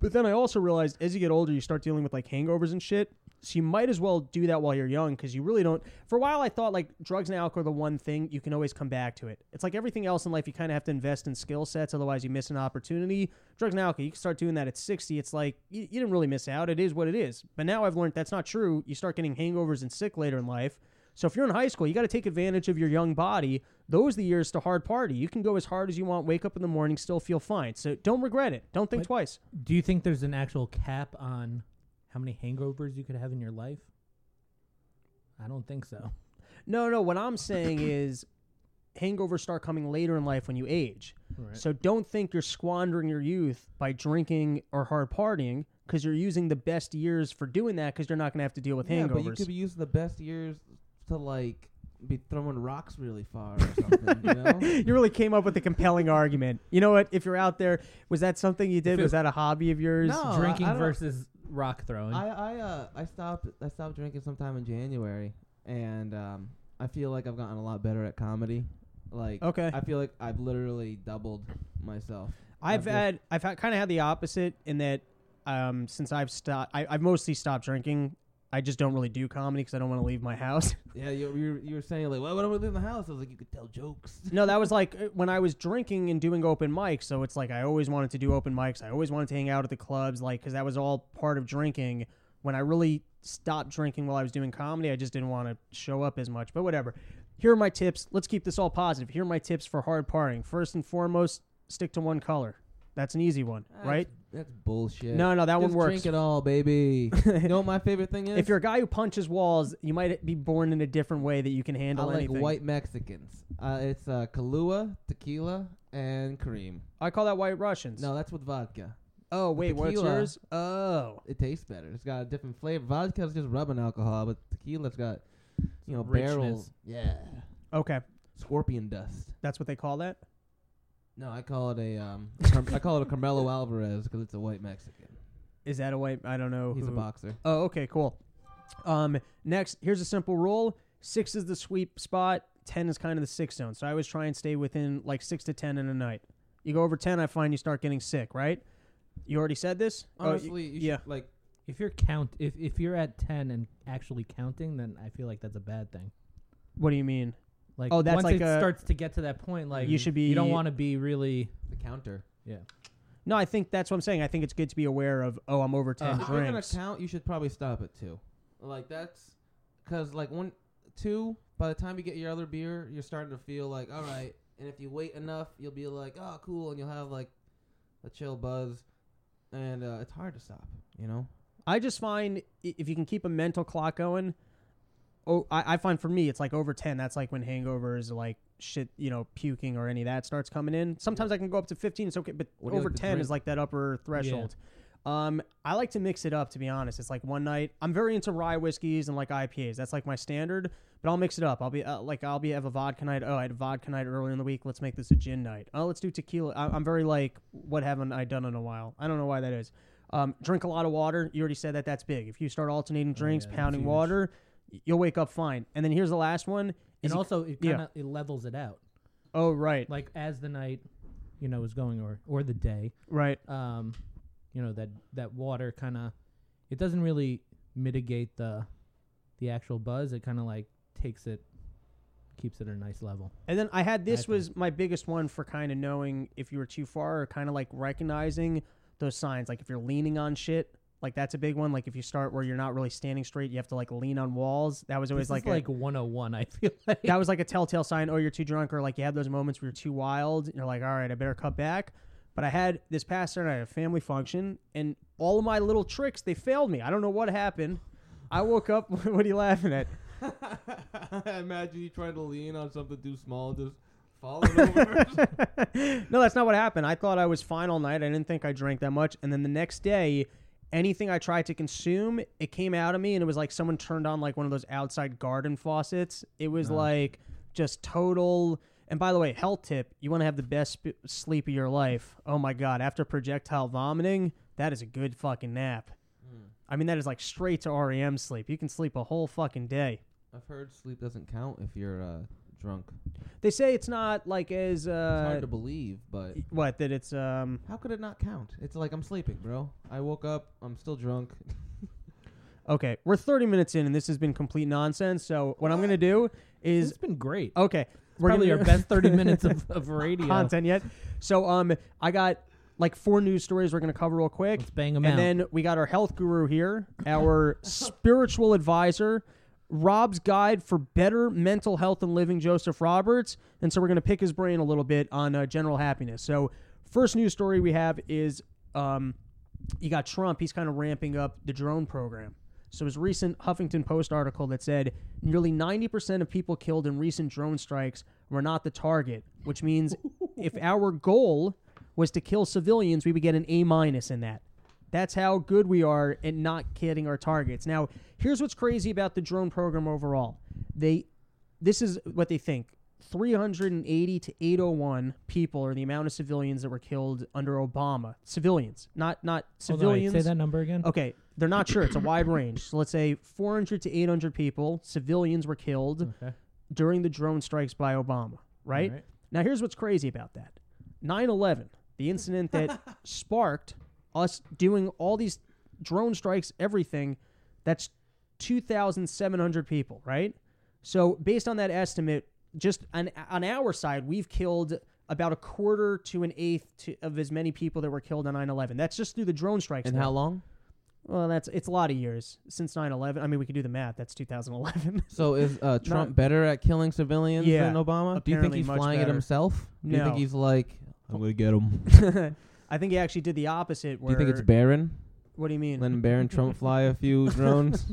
But then I also realized as you get older, you start dealing with like hangovers and shit. So you might as well do that while you're young because you really don't. For a while, I thought like drugs and alcohol are the one thing you can always come back to it. It's like everything else in life, you kind of have to invest in skill sets, otherwise, you miss an opportunity. Drugs and alcohol, you can start doing that at 60. It's like you, you didn't really miss out. It is what it is. But now I've learned that's not true. You start getting hangovers and sick later in life. So if you're in high school, you got to take advantage of your young body. Those are the years to hard party. You can go as hard as you want, wake up in the morning, still feel fine. So don't regret it. Don't think But- twice. Do you think there's an actual cap on how many hangovers you could have in your life? I don't think so. No, no. What I'm saying is hangovers start coming later in life when you age. So don't think you're squandering your youth by drinking or hard partying because you're using the best years for doing that because you're not going to have to deal with Yeah, hangovers. but you could be using the best years to like be throwing rocks really far or something. [LAUGHS] you know? you really came up with a compelling argument. You know what? If you're out there, was that something you did? Was that a hobby of yours? No, I- Drinking I don't- versus rock throwing. I I uh I stopped I stopped drinking sometime in January, and um I feel like I've gotten a lot better at comedy. Like Okay. I feel like I've literally doubled myself. I've I've- had I've had, kind of had the opposite in that um, since I've stopped, I, I've mostly stopped drinking. I just don't really do comedy because I don't want to leave my house. Yeah, you you were, you were saying like, well, why don't we leave the house? I was like, you could tell jokes. No, that was like uh, when I was drinking and doing open mics. So it's like I always wanted to do open mics. I always wanted to hang out at the clubs, like because that was all part of drinking. When I really stopped drinking while I was doing comedy, I just didn't want to show up as much. But whatever. Here are my tips. Let's keep this all positive. Here are my tips for hard partying. First and foremost, stick to one color. That's an easy one, That's- right? That's bullshit. No, no, that Ah, Just one works. Drink it all, baby. [LAUGHS] you know what my favorite thing is? [LAUGHS] If you're a guy who punches walls, you might be born in a different way that you can I handle like anything. white Mexicans. Uh, it's uh, Kahlua, tequila, and cream. I call that white Russians. No, that's with vodka. Oh wait, what's tequila. yours? Oh, It tastes better. It's got a different flavor. Vodka's just rubbing alcohol, but tequila's got you know barrels. Yeah, okay. scorpion dust. That's what they call that. No, I call it [LAUGHS] a um, Car- I call it a Carmelo Alvarez because it's a white Mexican. Is that a white? I don't know. He's a who- boxer. Oh, okay, cool. Um, next, here's a simple rule: six is the sweep spot, ten is kind of the six zone. So I always try and stay within like six to ten in a night. You go over ten, I find you start getting sick. Right? You already said this. Oh, you- Honestly, you should, yeah. like if you're count, if if you're at ten and actually counting, then I feel like that's a bad thing. What do you mean? Like Oh, that's once like it a- starts to get to that point, like You should be- You don't want to be really. the counter. Yeah. No, I think that's what I'm saying. I think it's good to be aware of. Oh, I'm over ten if you're gonna drinks. count, you should probably stop at two. Like that's because like one, two. By the time you get your other beer, you're starting to feel like all right. And if you wait enough, you'll be like, oh, cool, and you'll have like a chill buzz, and uh, it's hard to stop. You know. [LAUGHS] I just find i- if you can keep a mental clock going. Oh, I, I find for me it's like over ten. That's like when hangovers, like shit, you know, puking or any of that starts coming in. Sometimes I can go up to fifteen. It's okay, but What do you over like to ten is drink? like that upper threshold. Um, I like to mix it up to be honest. It's like one night I'm very into rye whiskeys and like IPAs. That's like my standard. But I'll mix it up. I'll be uh, like I'll be have a vodka night. Oh, I had a vodka night earlier in the week. Let's make this a gin night. Oh, let's do tequila. I, I'm very like what haven't I done in a while? I don't know why that is. Um, drink a lot of water. You already said that. That's big. If you start alternating drinks, Oh, yeah, that's pounding huge. water, y- you'll wake up fine. And then here's the last one. Is And you- also, it yeah. kind of it levels it out. oh right, Like as the night, you know, is going or or the day, right. um, you know that that water kind of it doesn't really mitigate the the actual buzz. It kind of like takes it keeps it at a nice level. And then I had I this think. was my biggest one for kind of knowing if you were too far or kind of like recognizing those signs. Like if you're leaning on shit, like that's a big one. Like if you start where you're not really standing straight, you have to like lean on walls. That was always This like, like a- is like 101. I [LAUGHS] feel [LAUGHS] like that was like a telltale sign. Oh, you're too drunk, or like you have those moments where you're too wild. And you're like, all right, I better cut back. But I had this past Saturday, I had a family function, and all of my little tricks they failed me. I don't know what happened. I woke up. [LAUGHS] what are you laughing at? I imagine you trying to lean on something too small, and just falling over. [LAUGHS] [LAUGHS] no, that's not what happened. I thought I was fine all night. I didn't think I drank that much. And then the next day, anything I tried to consume, it came out of me and it was like someone turned on like one of those outside garden faucets. It was Uh-huh. like just total. And by the way, health tip, you want to have the best sp- sleep of your life. Oh my God. After projectile vomiting, that is a good fucking nap. Hmm. I mean, that is like straight to REM sleep. You can sleep a whole fucking day. I've heard sleep doesn't count if you're uh, drunk. They say it's not like as It's uh hard to believe, but what that it's um how could it not count? It's like I'm sleeping, bro. I woke up. I'm still drunk. Okay, we're 30 minutes in, and this has been complete nonsense. So what I'm gonna do is it's been great. okay. Oh, We're Probably gonna [LAUGHS] our best 30 minutes of, of radio. content yet. So um, I got like four news stories we're gonna cover real quick, Let's bang them and out. then we got our health guru here, our spiritual advisor. Rob's guide for better mental health and living, Joseph Roberts. And so we're going to pick his brain a little bit on uh, general happiness. So, first news story we have is um, you got Trump, he's kind of ramping up the drone program. So his recent Huffington Post article that said nearly 90% of people killed in recent drone strikes were not the target, which means if our goal was to kill civilians, we would get an A minus in that. That's how good we are at not kidding our targets. Now, here's what's crazy about the drone program overall. They this is what they think 380 to 801 people are the amount of civilians that were killed under Obama. Civilians, not not Hold on, wait, civilians. Oh. say that number again. Okay, they're not sure. It's a wide range. So let's say 400 to 800 people, civilians were killed Okay. during the drone strikes by Obama, right? All right. Now, here's what's crazy about that 9 11, the incident [LAUGHS] that sparked us doing all these drone strikes, everything, that's 2,700 people, right? So, based on that estimate, just on, on our side, we've killed about a quarter to an eighth to, of as many people that were killed on 9 11. That's just through the drone strikes. and alone. how long? Well, that's it's a lot of years since 9/11. I mean, we could do the math. That's 2011. [LAUGHS] So is uh, Trump better at killing civilians Yeah, than Obama? Do you think apparently he's much flying better. it himself? Do you No. think he's like I'm gonna get [LAUGHS] him? [LAUGHS] I think he actually did the opposite. Do you Where think it's Barron? [LAUGHS] what do you mean? Letting Barron Trump fly [LAUGHS] a few drones?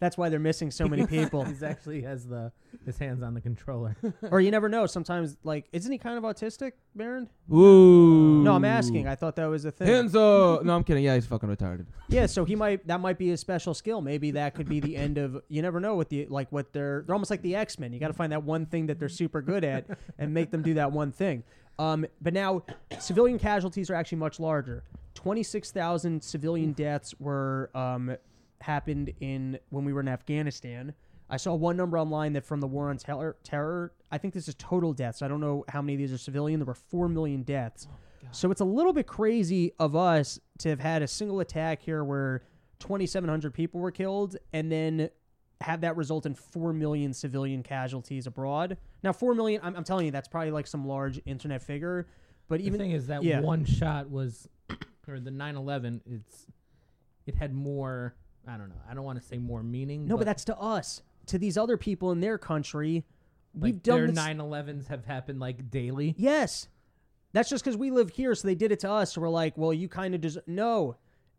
that's why they're missing so many [LAUGHS] people. [LAUGHS] He's actually has the his hands on the controller. or you never know. Sometimes, like, isn't he kind of autistic, Baron? Ooh. No, I'm asking. I thought that was a thing. Hands up. No, I'm kidding. Yeah, he's fucking retarded. Yeah, so he might that might be his special skill. Maybe that could be the end of you never know what the like what they're they're almost like the X Men. You got to find that one thing that they're super good at and make them do that one thing. Um, but now civilian casualties are actually much larger. Twenty six thousand civilian deaths were um, happened in when we were in Afghanistan. I saw one number online that from the war on terror, terror I think this is total deaths. I don't know how many of these are civilian. There were 4 million deaths. so it's a little bit crazy of us to have had a single attack here where 2,700 people were killed and then have that result in 4 million civilian casualties abroad. Now, 4 million, I'm, I'm telling you, that's probably like some large internet figure. But [LAUGHS] the even thing is that yeah. one shot was [COUGHS] or the 9/11 it's it had more I don't know. I don't want to say more meaning. no, but, that's to us. To these other people in their country, like we've done their this- 9/11s have happened like daily. Yes. That's just because we live here, so they did it to us. So we're like, well, you kind of deserve. No,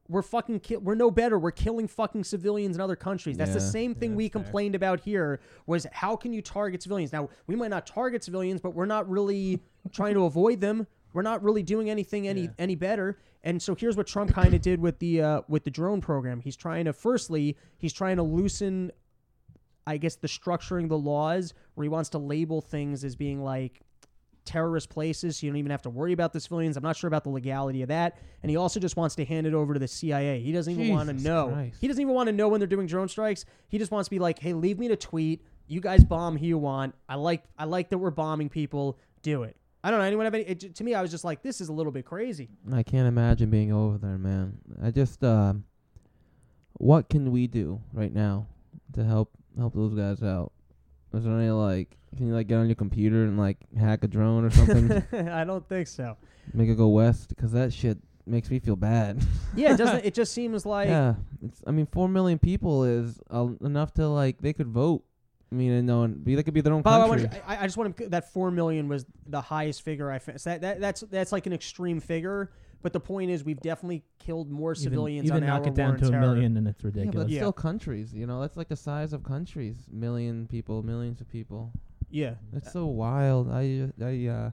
we're fucking. Ki- we're no better. We're killing fucking civilians in other countries. That's the Yeah. same thing we complained about here. Was how can you target civilians? Now we might not target civilians, but we're not really [LAUGHS] trying to avoid them. We're not really doing anything any Yeah. any better. And so here's what Trump kind of did with the uh, with the drone program. He's trying to firstly, he's trying to loosen I guess the structuring the laws where he wants to label things as being like terrorist places so you don't even have to worry about the civilians. I'm not sure about the legality of that. And he also just wants to hand it over to the CIA. He doesn't even want to Jesus know. Christ. He doesn't even want to know when they're doing drone strikes. He just wants to be like, "Hey, leave me to tweet. You guys bomb who you want. I like I like that we're bombing people. Do it." I don't know. Anyone have any? It, to me, I was just like, "This is a little bit crazy." I can't imagine being over there, man. I just, uh, what can we do right now to help help those guys out? Is there any like can you like get on your computer and like hack a drone [LAUGHS] or something, I don't think so. make it go west? Because that shit makes me feel bad. [LAUGHS] Yeah, it doesn't. It just seems like yeah, it's, I mean, four million people is uh, enough to like they could vote. I mean, and no, and be they could be their own Bob, I, country. want you- I, I just want to that four million was the highest figure I fa- so that, that that's that's like an extreme figure. But the point is, we've definitely killed more Even- civilians even on knock our it down war to and a terror. million, and it's yeah, but ridiculous. it's Yeah. still countries. You know, that's like the size of countries. Million people, millions of people. Yeah, It's so wild. I, I, uh,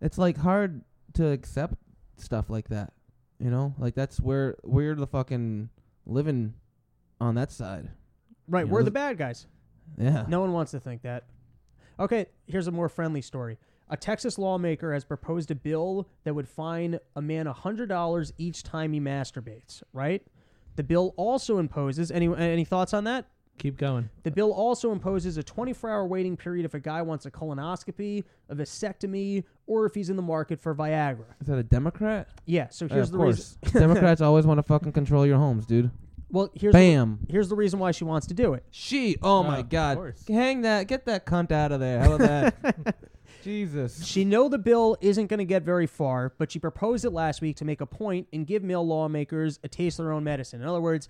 it's like hard to accept stuff like that. You know, like that's where we're the fucking living on that side. right. Yeah. We're the bad guys. Yeah. No one wants to think that. Okay, here's a more friendly story. A Texas lawmaker has proposed a bill that would fine a man $100 each time he masturbates, right? The bill also imposes any any thoughts on that? Keep going. The bill also imposes a 24 hour waiting period if a guy wants a colonoscopy, a vasectomy, or if he's in the market for Viagra. Is that a Democrat? Yeah, so Yeah, here's of the reason. course. Democrats always want to fucking control your homes, dude. Well, here's the, Bam. here's the reason why she wants to do it. She. Oh my of God. course. Hang that. Get that cunt out of there. How about that? [LAUGHS] Jesus. She know the bill isn't going to get very far, but she proposed it last week to make a point and give male lawmakers a taste of their own medicine. In other words,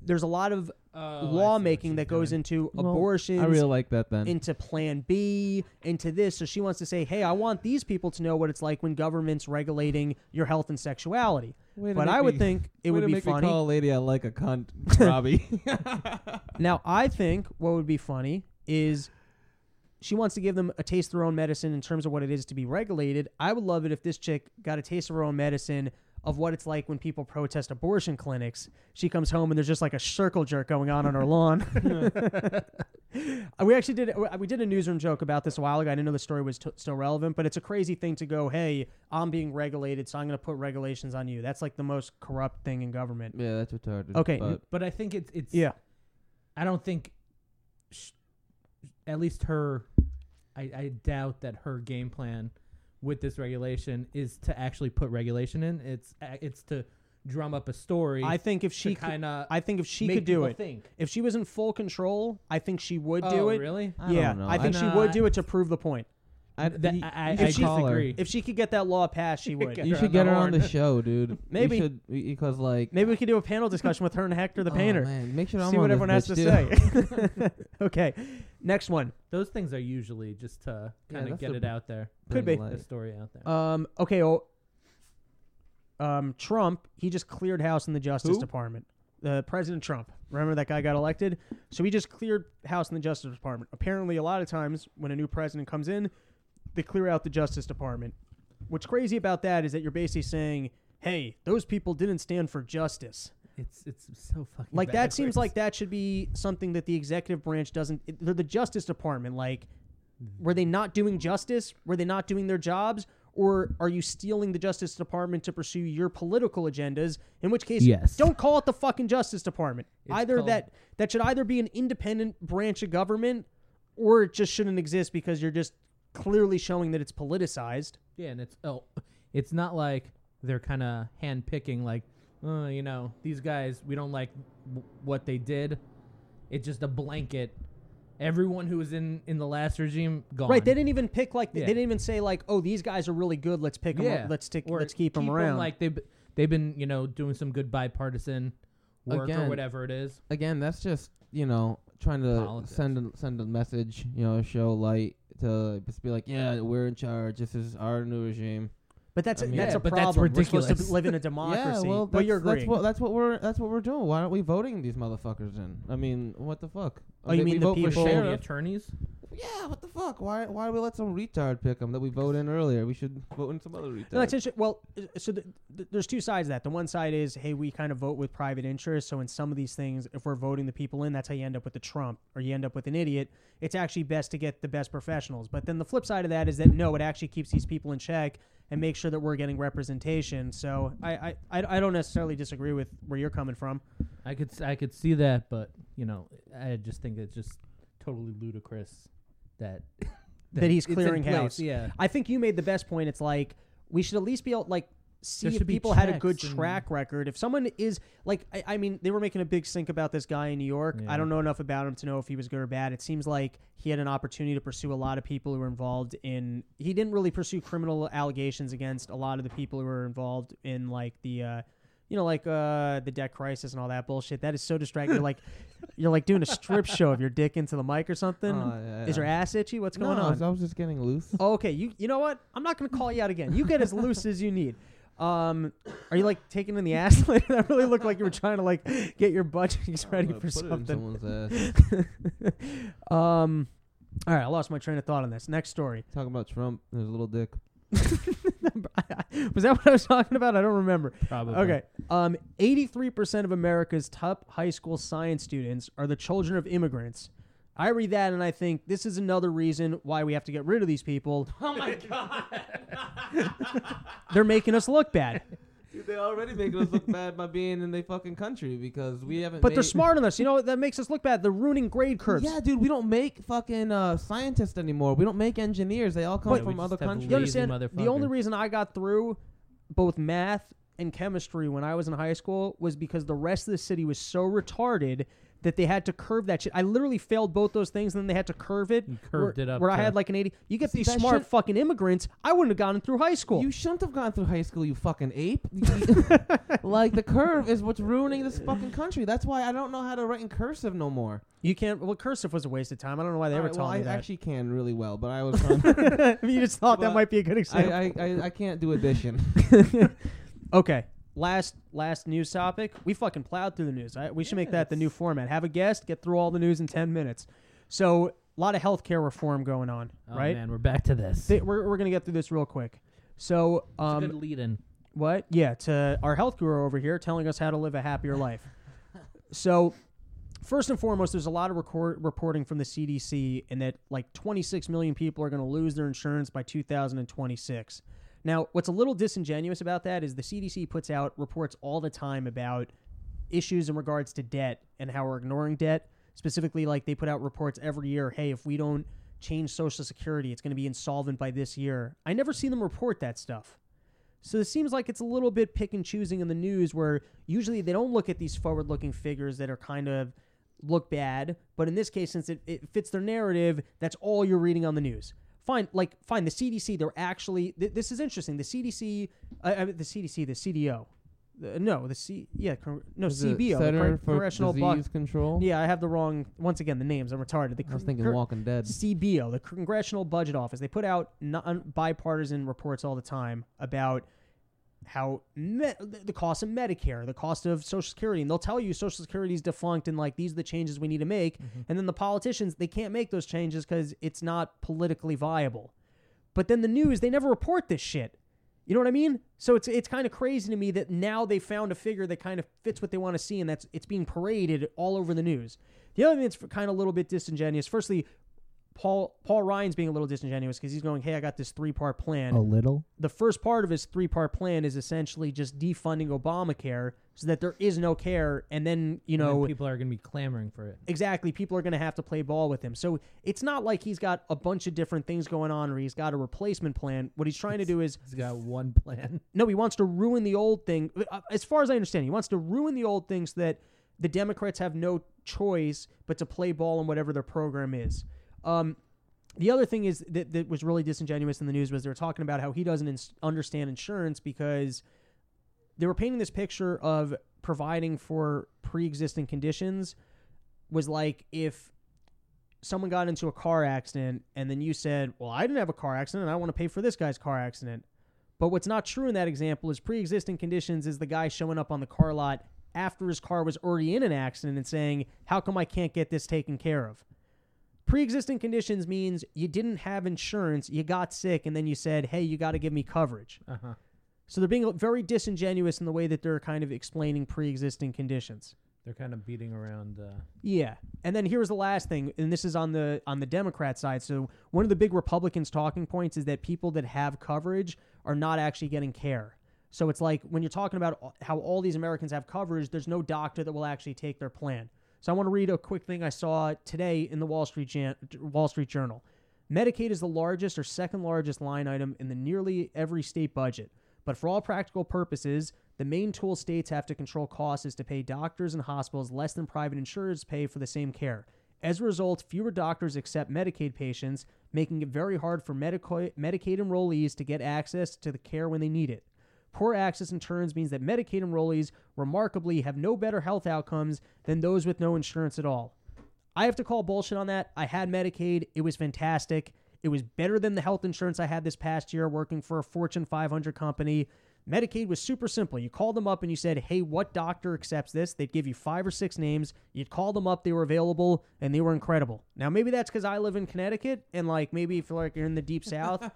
there's a lot of Oh, Oh, lawmaking that goes into abortions, I really like that. Then. into Plan B, into this. So she wants to say, hey, I want these people to know what it's like when government's regulating your health and sexuality. Way to But make I would me- think it Way would to be make me funny. call a lady I like a cunt, Robbie. Now, I think what would be funny is she wants to give them a taste of their own medicine in terms of what it is to be regulated. I would love it if this chick got a taste of her own medicine of what it's like when people protest abortion clinics. She comes home and there's just like a circle jerk going on on her [LAUGHS] lawn. [LAUGHS] we actually did we did a newsroom joke about this a while ago. I didn't know the story was t- still relevant, but it's a crazy thing to go, "Hey, I'm being regulated, so I'm going to put regulations on you." That's like the most corrupt thing in government. yeah, that's retarded. Okay, But But I think it's it's Yeah. I don't think, sh- at least her, I, I doubt that her game plan with this regulation is to actually put regulation in. It's a- it's to drum up a story. I think if she to could, kind of I think if she make could do people it. Think. If she was in full control, I think she would do oh, it. really? I yeah, don't know. I think I- she Nah, would I- do it to prove the point. I, That- you- I- you I- should I call her. disagree. If she could get that law passed, [LAUGHS] she Get would. You her should on get the her on the [LAUGHS] horn. show, dude. Maybe. you should, because like Maybe we could do a panel discussion with her and Hector the oh, painter. man, make sure I'm See what on this everyone has to bitch, [LAUGHS] dude. say. [LAUGHS] okay, next one. Those things are usually just to Yeah, kind of that's get the- it out there, Could be. Like, the story out there. Um, okay, well, um, Trump he just cleared house in the Justice Who? Department. Uh, President Trump. Remember that guy got elected? So he just cleared house in the Justice Department. Apparently, a lot of times when a new president comes in, they clear out the Justice Department. What's crazy about that is that you're basically saying, "Hey, those people didn't stand for justice." It's it's so fucking Like that seems backwards. like that should be something that the executive branch doesn't. it- They're the Justice Department. Like, were they not doing justice? Were they not doing their jobs? Or are you stealing the Justice Department to pursue your political agendas? In which case, Yes. don't call it the fucking Justice Department. It's either called- that that should either be an independent branch of government, or it just shouldn't exist because you're just clearly showing that it's politicized. Yeah, and it's oh, it's not like they're kind of hand picking like, uh, you know, these guys we don't like w- what they did. It's just a blanket. Everyone who was in in the last regime gone. Right? They didn't even pick like Yeah. they didn't even say like, oh, these guys are really good. Let's pick them. yeah. Up. Let's take. Or Let's keep, them around. Like they've they've been you know doing some good bipartisan work or Again. whatever it is. Again, that's just you know trying to Politics. send a, send a message, you know, show light to just be like, yeah, we're in charge. This is our new regime. But that's I mean- that's Yeah, a but that's problem. We're supposed ridiculous. to [LAUGHS] live in a democracy. Yeah, well, but that's, you're that's agreeing. what that's what we're that's what we're doing. Why aren't we voting these motherfuckers in? I mean, what the fuck? Oh, you Like, mean we the vote for people- Showing Fair the sheriff? attorneys. Yeah, what the fuck? Why why we let some retard pick them that we vote in earlier? We should vote in some other retard. No, that's interesting. Well, uh, so th th there's two sides to that. The one side is, hey, we kind of vote with private interest. So in some of these things, if we're voting the people in, that's how you end up with the Trump or you end up with an idiot. It's actually best to get the best professionals. But then the flip side of that is that no, it actually keeps these people in check and makes sure that we're getting representation. So I I, I, I don't necessarily disagree with where you're coming from. I could s- I could see that, but you know I just think it's just totally ludicrous that That he's it's in clearing place, house. Yeah. I think you made the best point. It's like we should at least be able, like see There if should be people had a checks good and- track record. If someone is like, I, I mean, they were making a big stink about this guy in New York. I Yeah. don't know enough about him to know if he was good or bad. It seems like he had an opportunity to pursue a lot of people who were involved in. He didn't really pursue criminal allegations against a lot of the people who were involved in like the. Uh, you know, like uh, the debt crisis and all that bullshit. That is so distracting. You're like, you're like doing a strip show of your dick into the mic or something. [LAUGHS] Oh, yeah, Is your yeah. ass itchy? What's going no, on? I was just getting loose. Oh, okay, you you know what? I'm not gonna call you out again. You get as loose as you need. Um, are you like taking in the ass? [LAUGHS] Like, that really looked like you were trying to like get your butt cheeks [LAUGHS] ready I'm for gonna put it in something. someone's ass. um, all right, I lost my train of thought on this. Next story. [LAUGHS] Talking about Trump and his little dick. was that what I was talking about? I don't remember. Probably. Okay. Um, 83% of America's top high school science students are the children of immigrants. I read that and I think this is another reason why we have to get rid of these people. Oh my god. [LAUGHS] They're making us look bad. Dude, they already making us look bad by being in the fucking country because we haven't. But they're made- smarter than us. You know what? That makes us look bad. They're ruining grade curves. Yeah, dude, we don't make fucking uh, scientists anymore. We don't make engineers. They all come But- Yeah, we from other just have countries. you understand? Lazy The only motherfucker. reason I got through both math and chemistry when I was in high school was because the rest of the city was so retarded that they had to curve that shit. I literally failed both those things, and then they had to curve it. You curved where, it up Where I to- had like an eighty. You get See, these that smart shit- fucking immigrants. I wouldn't have gotten through high school. You shouldn't have gone through high school, you fucking [LAUGHS] ape. [LAUGHS] like the curve is what's ruining this fucking country. That's why I don't know how to write in cursive no more. You can't. Well, cursive was a waste of time. I don't know why they All were right, well, telling I me that. actually can really [LAUGHS] well, but I was. Trying, you just thought that Well, might be a good example. I, I, I I can't [LAUGHS] do addition. okay. Last last news topic. We fucking plowed through the news. I, we should make that the new format. Have a guest, get through all the news in ten minutes. So a lot of healthcare reform going on, Oh right? man, we're back to this. Th- we're we're gonna get through this real quick. So um, good lead in. what? Yeah, to our health guru over here telling us how to live a happier life. so, first and foremost, there's a lot of record, reporting from the CDC and that like 26 million people are going to lose their insurance by 2026. Now, what's a little disingenuous about that is the CDC puts out reports all the time about issues in regards to debt and how we're ignoring debt. Specifically, like they put out reports every year hey, if we don't change Social Security, it's going to be insolvent by this year. I never see them report that stuff. So it seems like it's a little bit pick and choosing in the news where usually they don't look at these forward looking figures that are kind of look bad. But in this case, since it, it fits their narrative, that's all you're reading on the news. Fine, like fine. The CDC, they're actually th- this is interesting. The CDC, uh, I mean, the CDC, the CDO, The- no, the C, yeah, cor- no Is it CBO, the Center Cor- for Congressional Disease Bo- Control. Yeah, I have the wrong. Once again, the names. I'm retarded. The I was thinking Cor- Walking Dead. CBO, the Congressional Budget Office, they put out non bipartisan reports all the time about how me- the cost of Medicare, the cost of Social Security, and they'll tell you Social Security is defunct and like these are the changes we need to make. And then the politicians, they can't make those changes because it's not politically viable. But then the news, they never report this shit. You know what I mean? So it's it's kind of crazy to me that now they found a figure that kind of fits what they want to see, and that's it's being paraded all over the news. The other thing that's kind of a little bit disingenuous. Firstly, Paul Paul Ryan's being a little disingenuous because he's going, "Hey, I got this three part plan." little. The first part of his three part plan is essentially just defunding Obamacare so that there is no care, and then you know people are going to be clamoring for it. exactly people are going to have to play ball with him so it's not like he's got a bunch of different things going on or he's got a replacement plan what he's trying to do is He's got one plan. no he wants to ruin the old thing Uh, as far as i understand he wants to ruin the old thing so that the democrats have no choice but to play ball on whatever their program is um, the other thing is that, that was really disingenuous in the news was they were talking about how he doesn't ins- understand insurance because they were painting this picture of providing for pre-existing conditions was like if someone got into a car accident and then you said, "Well, I didn't have a car accident and I want to pay for this guy's car accident." But what's not true in that example is pre-existing conditions is the guy showing up on the car lot after his car was already in an accident and saying, "How come I can't get this taken care of?" Pre-existing conditions means you didn't have insurance, you got sick and then you said, "Hey, you got to give me coverage." Uh-huh. So they're being very disingenuous in the way that they're kind of explaining pre-existing conditions. They're kind of beating around. Uh, Yeah. And then here's the last thing, and this is on the on the Democrat side. So one of the big Republicans talking points is that people that have coverage are not actually getting care. So it's like when you're talking about how all these Americans have coverage, there's no doctor that will actually take their plan. So I want to read a quick thing I saw today in the Wall Street Jan- Wall Street Journal. Medicaid is the largest or second largest line item in the nearly every state budget, But for all practical purposes, the main tool states have to control costs is to pay doctors and hospitals less than private insurers pay for the same care. As a result, fewer doctors accept Medicaid patients, making it very hard for Medicaid, Medicaid enrollees to get access to the care when they need it. Poor access in turns means that Medicaid enrollees remarkably have no better health outcomes than those with no insurance at all. I have to call bullshit on that. I had Medicaid. It was fantastic. It was better than the health insurance I had this past year working for a Fortune 500 company. Medicaid was super simple. You called them up and you said, hey, what doctor accepts this? They'd give you five or six names. You'd call them up. They were available and they were incredible. Now, maybe that's because I live in Connecticut and like maybe if like you're in the deep south,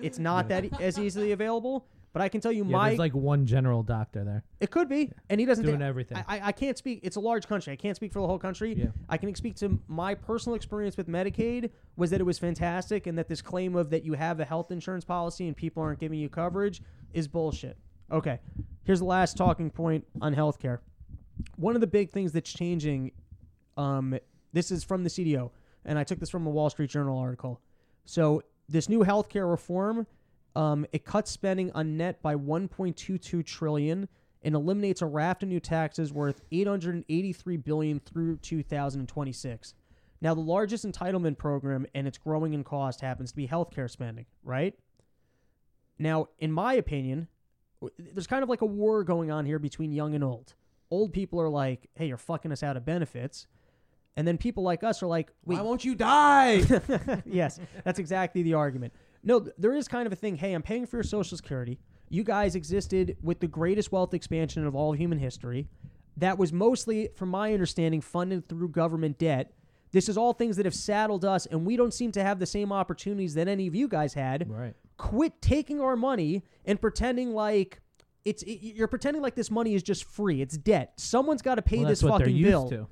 it's not that e- as easily available. But I can tell you Yeah, my there's like one general doctor there. it could be, and he doesn't Doing do everything. I, I- I can't speak. It's a large country. I can't speak for the whole country. Yeah. I can speak to my personal experience with Medicaid was that it was fantastic, and that this claim of that you have a health insurance policy and people aren't giving you coverage is bullshit. Okay, here's the last talking point on healthcare. One of the big things that's changing. Um, this is from the CDO, and I took this from a Wall Street Journal article. So this new healthcare reform, um, it cuts spending on net by 1.22 trillion and eliminates a raft of new taxes worth 883 billion through 2026. Now, the largest entitlement program and its growing in cost happens to be healthcare spending, right? Now, in my opinion, w- there's kind of like a war going on here between young and old. Old people are like, "Hey, you're fucking us out of benefits," and then people like us are like, "Wait, Why won't [LAUGHS] you die? yes, that's exactly the argument. No, th- there is kind of a thing. Hey, I'm paying for your Social Security. You guys existed with the greatest wealth expansion of all of human history. That was mostly, from my understanding, funded through government debt. This is all things that have saddled us, and we don't seem to have the same opportunities that any of you guys had Right. quit taking our money and pretending like it's it, you're pretending like this money is just free. It's debt. Someone's got to pay Well, this that's what they're fucking used bill. to.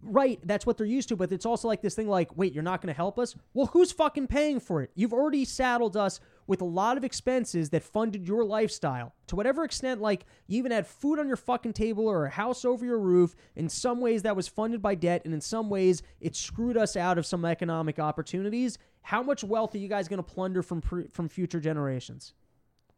Right, that's what they're used to, but it's also like this thing like, wait, you're not going to help us? Well, who's fucking paying for it? You've already saddled us with a lot of expenses that funded your lifestyle. To whatever extent like you even had food on your fucking table or a house over your roof, in some ways that was funded by debt and in some ways it screwed us out of some economic opportunities. How much wealth are you guys going to plunder from pre- from future generations?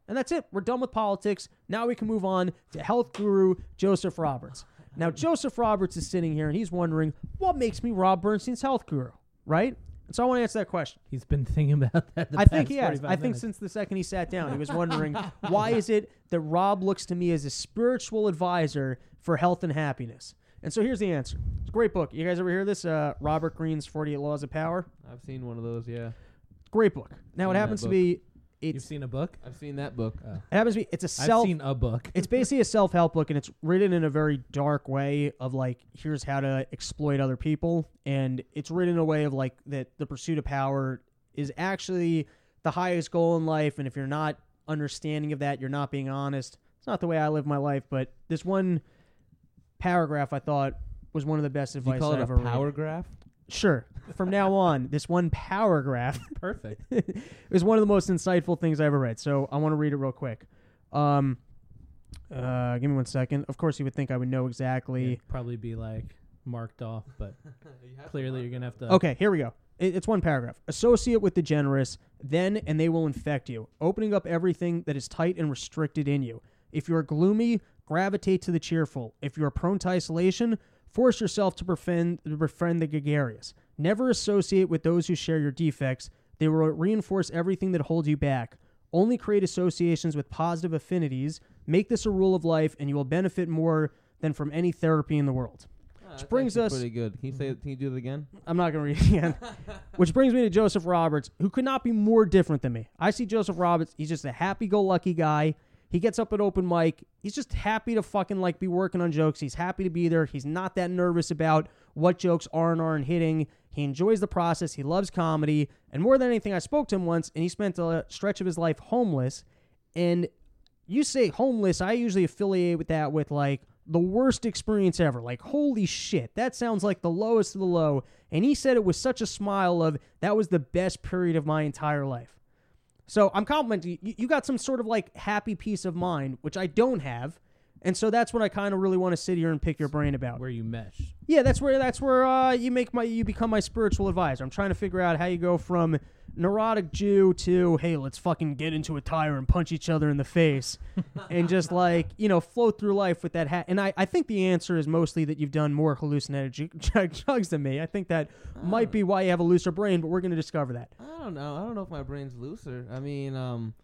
And that's it. We're done with politics. Now we can move on to health guru Joseph Roberts. Now, Joseph Roberts is sitting here and he's wondering, what makes me Rob Bernstein's health guru? Right? And so I want to answer that question. He's been thinking about [LAUGHS] that. The I think past he has. 45 I think minutes. since the second he sat down, he was wondering, [LAUGHS] why is it that Rob looks to me as a spiritual advisor for health and happiness? And so here's the answer. It's a great book. You guys ever hear this? Uh, Robert Greene's 48 Laws of Power. I've seen one of those. Yeah, Great book. Now, it Seen that happens to book. be, you've it's, seen a book. I've seen that book. it happens to be, it's a I've self seen a book. [LAUGHS] it's basically a self-help book and it's written in a very dark way of like here's how to exploit other people and it's written in a way of like that the pursuit of power is actually the highest goal in life and if you're not understanding of that you're not being honest it's not the way i live my life but this one paragraph i thought was one of the best Did advice you call i it a ever read. power [LAUGHS] graph? sure from now on this one paragraph Perfect. it was one of the most insightful things I ever read. So I want to read it real quick. Um, uh, give me one second. Of course, you would think I would know exactly. It'd probably be like marked off, but clearly you're gonna have to. Okay, here we go. It- It's one paragraph. Associate with the generous, then and they will infect you, opening up everything that is tight and restricted in you. If you are gloomy, gravitate to the cheerful. If you are prone to isolation, force yourself to befriend, to befriend the gregarious. Never associate with those who share your defects. They will reinforce everything that holds you back. Only create associations with positive affinities. Make this a rule of life, and you will benefit more than from any therapy in the world. Which brings us- pretty good. Can you say? Can you do it again? I'm not going to read it again. Which brings me to Joseph Roberts, who could not be more different than me. I see Joseph Roberts, he's just a happy-go-lucky guy. He gets up at open mic. He's just happy to fucking like be working on jokes. He's happy to be there. He's not that nervous about what jokes are and aren't hitting. He enjoys the process. He loves comedy. And more than anything, I spoke to him once, and he spent a stretch of his life homeless. And you say homeless, I usually affiliate with that with like the worst experience ever. Like, holy shit, that sounds like the lowest of the low. And he said it with such a smile of that was the best period of my entire life. So I'm complimenting you. You got some sort of like happy peace of mind, which I don't have. And so that's what I kind of really want to sit here and pick your brain about. where you mesh. Yeah, that's where that's where uh, you make my you become my spiritual advisor. I'm trying to figure out how you go from neurotic Jew to hey, let's fucking get into a tire and punch each other in the [LAUGHS] face, and just like you know float through life with that hat. And I, I think the answer is mostly that you've done more hallucinogenic ju- [LAUGHS] drugs than me. I think that might be why you have a looser brain, but we're gonna discover that. Uh, I don't know. I don't know if my brain's looser. I mean, um,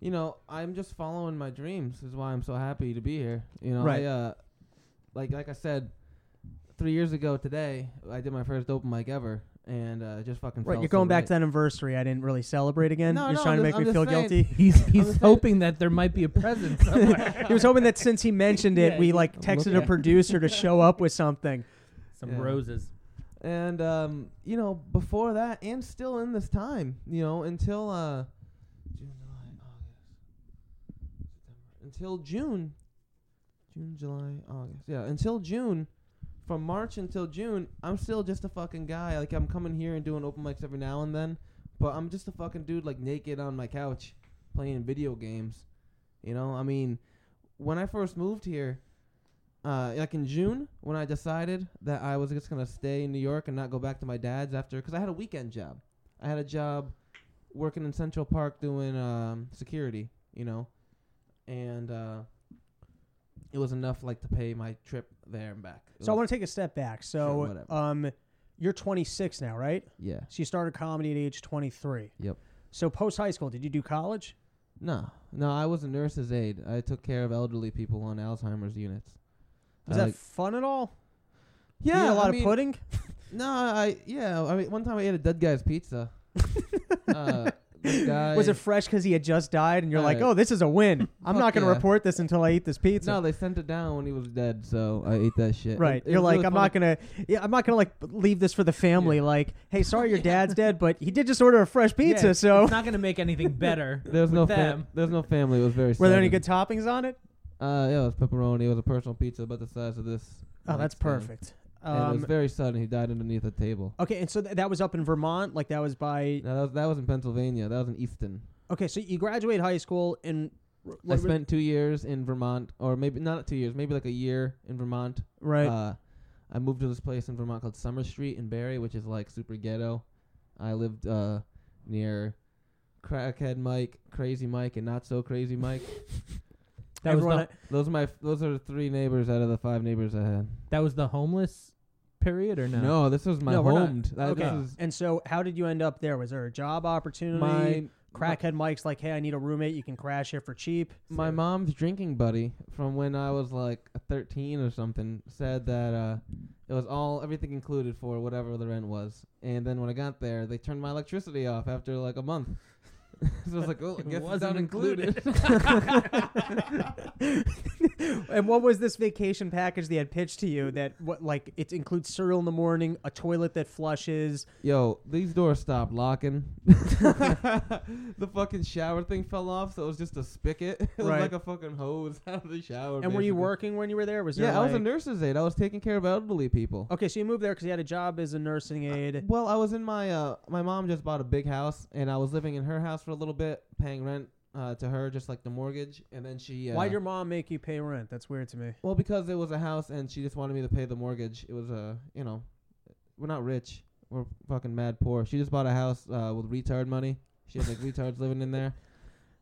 you know, I'm just following my dreams. Is why I'm so happy to be here. You know, Right. I, uh, like like I said, three years ago today, I did my first open mic ever, and uh, it just fucking Right, felt you're so going back to right. that anniversary. I didn't really celebrate again. No, you're no, trying to I'm make just- me I'm feel just saying. guilty. [LAUGHS] [LAUGHS] He's he's saying- hoping that there might be a present somewhere. he was hoping that since he mentioned it, [LAUGHS] Yeah, we you- like Look texted a at- producer [LAUGHS] to show up with something. Some Yeah. roses. and um, you know, before that, and still in this time, you know, until uh, June, July, August, September, until June, June, July, August, yeah, until June, from March until June, I'm still just a fucking guy. Like I'm coming here and doing open mics every now and then, but I'm just a fucking dude, like naked on my couch, playing video games. You know, I mean, when I first moved here, uh, like in June when I decided that I was just gonna stay in New York and not go back to my dad's after, because I had a weekend job. I had a job working in Central Park doing um, security, you know, and uh, it was enough like to pay my trip there and back. It So I was- want to take a step back. Sure, So, whatever. um, you're 26 now, right? yeah, So you started comedy at age 23. Yep. So post high school, did you do college? no, no, I was a nurse's aide. I took care of elderly people on Alzheimer's units. Was I, that like- fun at all? You yeah, ate a lot I of mean, pudding. No, I yeah. I mean, one time I ate a dead guy's [LAUGHS] pizza. uh, this guy Was it fresh because he had just died, and you're like, Uh, "Oh, this is a [LAUGHS] win. I'm fuck not going to yeah. report this until I eat this pizza." No, they sent it down when he was dead, so I ate that shit. right? It- it you're was like, really "I'm not going funny. to. Yeah, I'm not going to like leave this for the family. Like, hey, [LAUGHS] sorry, your dad's dead, but he did just order a fresh pizza. Yeah, so, it's not gonna make anything better. There's with no them. fam- there's no family. It was very. [LAUGHS] were there any good sudden. toppings on it? Uh, yeah, it was pepperoni. It was a personal pizza about the size of this. Oh, like, that's stand. perfect. And it was Um, very sudden. He died underneath a table. okay, and so th- that was up in Vermont. Like that was by No, that was, that was in Pennsylvania. That was in Easton. Okay, so you graduate high school and r- I like, spent two years in Vermont, or maybe not two years, maybe like a year in Vermont. right. Uh, I moved to this place in Vermont called Summer Street in Barrie, which is like super ghetto. I lived uh, near Crackhead Mike, Crazy Mike, and Not So [LAUGHS] Crazy Mike. That was, Everyone the, Those are my those are the three neighbors out of the five neighbors I had. that was the homeless period or no? No, this was my No, we're not. homed. That- okay. This is and so, how did you end up there? Was there a job opportunity? my Crackhead Mike's like, hey, I need a roommate. You can crash here for cheap. my [LAUGHS] mom's drinking buddy from when I was like 13 or something said that uh, it was all everything included for whatever the rent was. And then when I got there, they turned my electricity off after like a month. [LAUGHS] so I was like, oh, I It guess it's wasn't not included. [LAUGHS] And what was this vacation package they had pitched to you? That what like it includes cereal in the morning, a toilet that flushes. [LAUGHS] Yo, these doors stopped locking. the fucking shower thing fell off, so it was just a spigot. [LAUGHS] It was Right. like a fucking hose [LAUGHS] out of the shower. And were you basically. working when you were there? Was there Yeah, I was a like- nurse's aide. I was taking care of elderly people. Okay, so you moved there because you had a job as a nursing Uh, aide. Well, I was in my uh, my mom just bought a big house, and I was living in her house for a little bit, paying rent uh, to her, just like the mortgage, and then she. Uh, Why'd your mom make you pay rent? That's weird to me. Well, because it was a house, and she just wanted me to pay the mortgage. It was uh, you know, we're not rich. We're fucking mad poor. She just bought a house uh, with retard money. [LAUGHS] She had like retards living in there,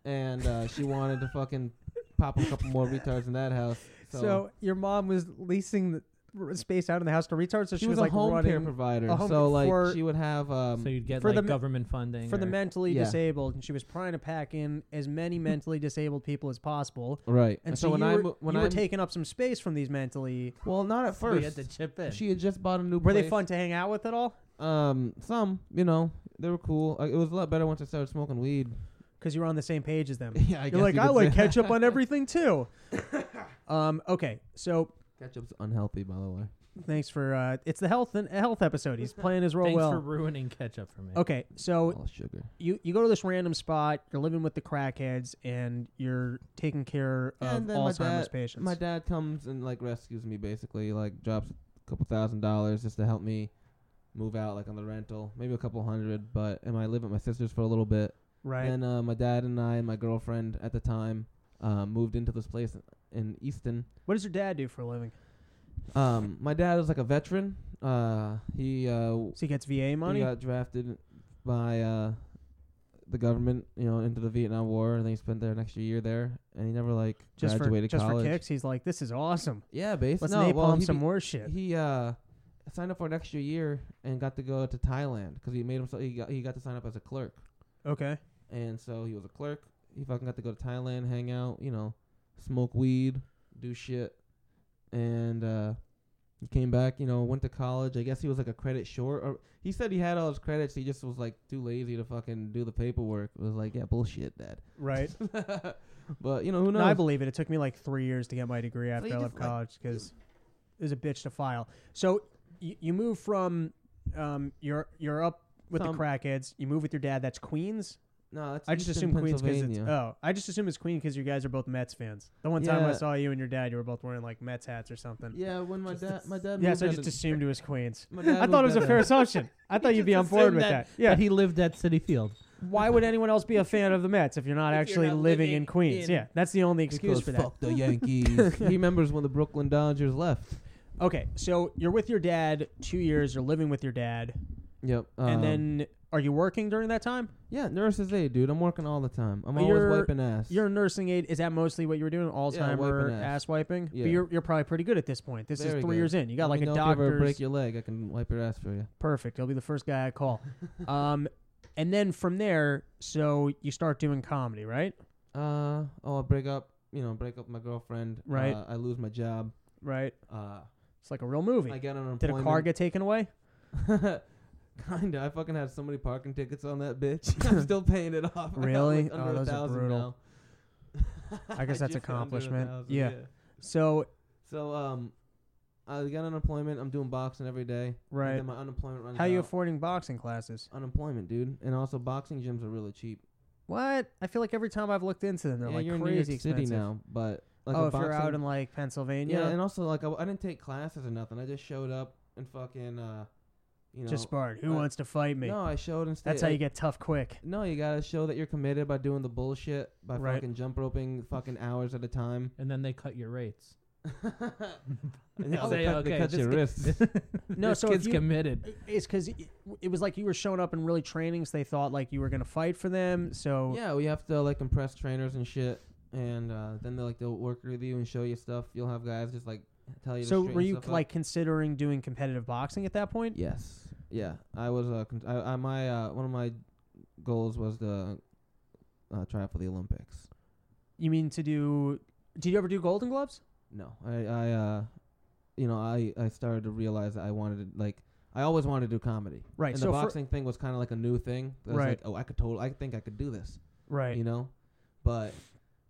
and uh, she wanted to fucking pop a couple more retards in that house. So, So, your mom was leasing the r- space out in the house to retards, so she, she, was, like a home running care provider. a home so like for- she would have um, so you'd get for like the me- government funding for the or- mentally Yeah. disabled, and she was trying to pack in as [LAUGHS] many mentally disabled people as possible. right. And so, when you I were, mo- when you I were mo- taking up some space from these mentally. Well, not at So you had first. to chip in. She had just bought a new. Were they place. fun to hang out with at all? Um, some, you know, they were cool. Uh, it was a lot better once I started smoking weed. Because you were on the same page as them. [LAUGHS] yeah, [LAUGHS] I You're like, you I could like say- [LAUGHS] ketchup on everything too. um, okay, so Ketchup's unhealthy, by the way. thanks for uh, it's the health and health episode. He's playing his role Thanks well. for ruining ketchup for me. okay, so All sugar. you you go to this random spot, you're living with the crackheads, and you're taking care of and then my Alzheimer's dad, patients. my dad comes and like rescues me, basically, like drops a couple thousand dollars just to help me move out, like on the rental, maybe a couple hundred. But and I live at my sister's for a little bit. right? Then uh, my dad and I and my girlfriend at the time uh, moved into this place in Easton. What does your dad do for a living? Um, my dad was like a veteran. Uh, he uh, So he gets VA money. He got drafted by uh, the government, you know, into the Vietnam War, and then he spent there an extra year there, and he never like just for graduated just college. for kicks, he's like, "This is awesome. Yeah, basically. Let's No, napalm well, he, some be- more shit." he uh, signed up for an extra year and got to go to Thailand because he made himself. He got he got to sign up as a clerk, okay, and so he was a clerk. He fucking got to go to Thailand, hang out, you know, smoke weed, do shit, and uh, he came back. You know, went to college. I guess he was like a credit short. Or he said he had all his credits. He just was like too lazy to fucking do the paperwork. It was like, yeah, bullshit, dad. right. but you know [LAUGHS] who knows? No, I believe it. It took me like three years to get my degree after you I just, left like- college because it was a bitch to file. So you, you move from um, you're you're up with Some- the crackheads. You move with your dad. That's Queens. no, that's I just Eastern assume Queens because it's Pennsylvania. oh, I just assume it's Queen because you guys are both Mets fans. The one time I Yeah. saw you and your dad, you were both wearing like Mets hats or something. Yeah, Yeah, when my Just dad, it's- my dad. so I moved just out of- assumed it was Queens. [LAUGHS] my dad I thought it was moved a out fair of- assumption. I thought you'd just be on board assumed with that. that- Yeah. But he lived at City Field. Why would anyone else be a fan of the Mets if you're not If you're actually not living, living in Queens? in- yeah, that's the only excuse Because for that. [LAUGHS] Fuck the Yankees. he remembers when the Brooklyn Dodgers left. Okay, so you're with your dad two years. You're living with your dad, Yep. um, and then are you working during that time? yeah, nurses aid, dude. I'm working all the time. I'm You're- always wiping ass. You're a nursing aide. Is that mostly what you were doing? Alzheimer, wiping ass. ass wiping. Yeah. But you're you're probably pretty good at this point. This Very is three good. years in. You got Let like a me know If you ever doctor's break your leg, I can wipe your ass for you. perfect. You'll be the first guy I [LAUGHS] call. um, and then from there, so you start doing comedy, right? Uh oh, I break up. You know, break up with my girlfriend. Right. Uh, I lose my job. Right. Uh, It's like a real movie. I get unemployment. Did a car get taken away? [LAUGHS] Kinda. I fucking had so many parking tickets on that bitch. [LAUGHS] I'm still paying it off. [LAUGHS] I got, Really? like, Oh, under a those are thousand brutal. now. [LAUGHS] [LAUGHS] I guess that's just under a accomplishment. thousand, Yeah. So So um, I got unemployment. I'm doing boxing every day. Right. And then my unemployment runs how you out. affording boxing classes? unemployment, dude. And also, boxing gyms are really cheap. What? I feel like every time I've looked into them, they're yeah, like you're in New York crazy expensive. City now, but like oh, a if boxing, you're out in like yeah, Pennsylvania, and also like I, I didn't take classes or nothing. I just showed up and fucking uh, you know, just sparred. Who uh, wants to fight me? no, I showed and stayed. That's how you get tough quick. No, you gotta show that you're committed by doing the bullshit by Right. fucking jump roping fucking hours at [LAUGHS] a time. [LAUGHS] And then they cut your rates. And [LAUGHS] They they say, cut, they "Okay, cut [LAUGHS] this your ki- wrists. [LAUGHS] [LAUGHS] No, this so if kid's you- [LAUGHS] committed. It's because it was like you were showing up and really training, so they thought like you were gonna fight for them. So Yeah, we have to like impress trainers and shit, and uh, then they like they'll work with you and show you stuff. You'll have guys just like tell you. to so straighten were you stuff up. like considering doing competitive boxing at that point? Yes. Yeah. I was uh, con- I, I my uh, one of my goals was to uh, try out for the Olympics. You mean to do? Did you ever do Golden Gloves? No, I I uh, you know I I started to realize that I wanted to like. I always wanted to do comedy. Right, And so the for- boxing thing was kind of like a new thing. I was Right. Like, oh, I could totally. I think I could do this. Right. You know, but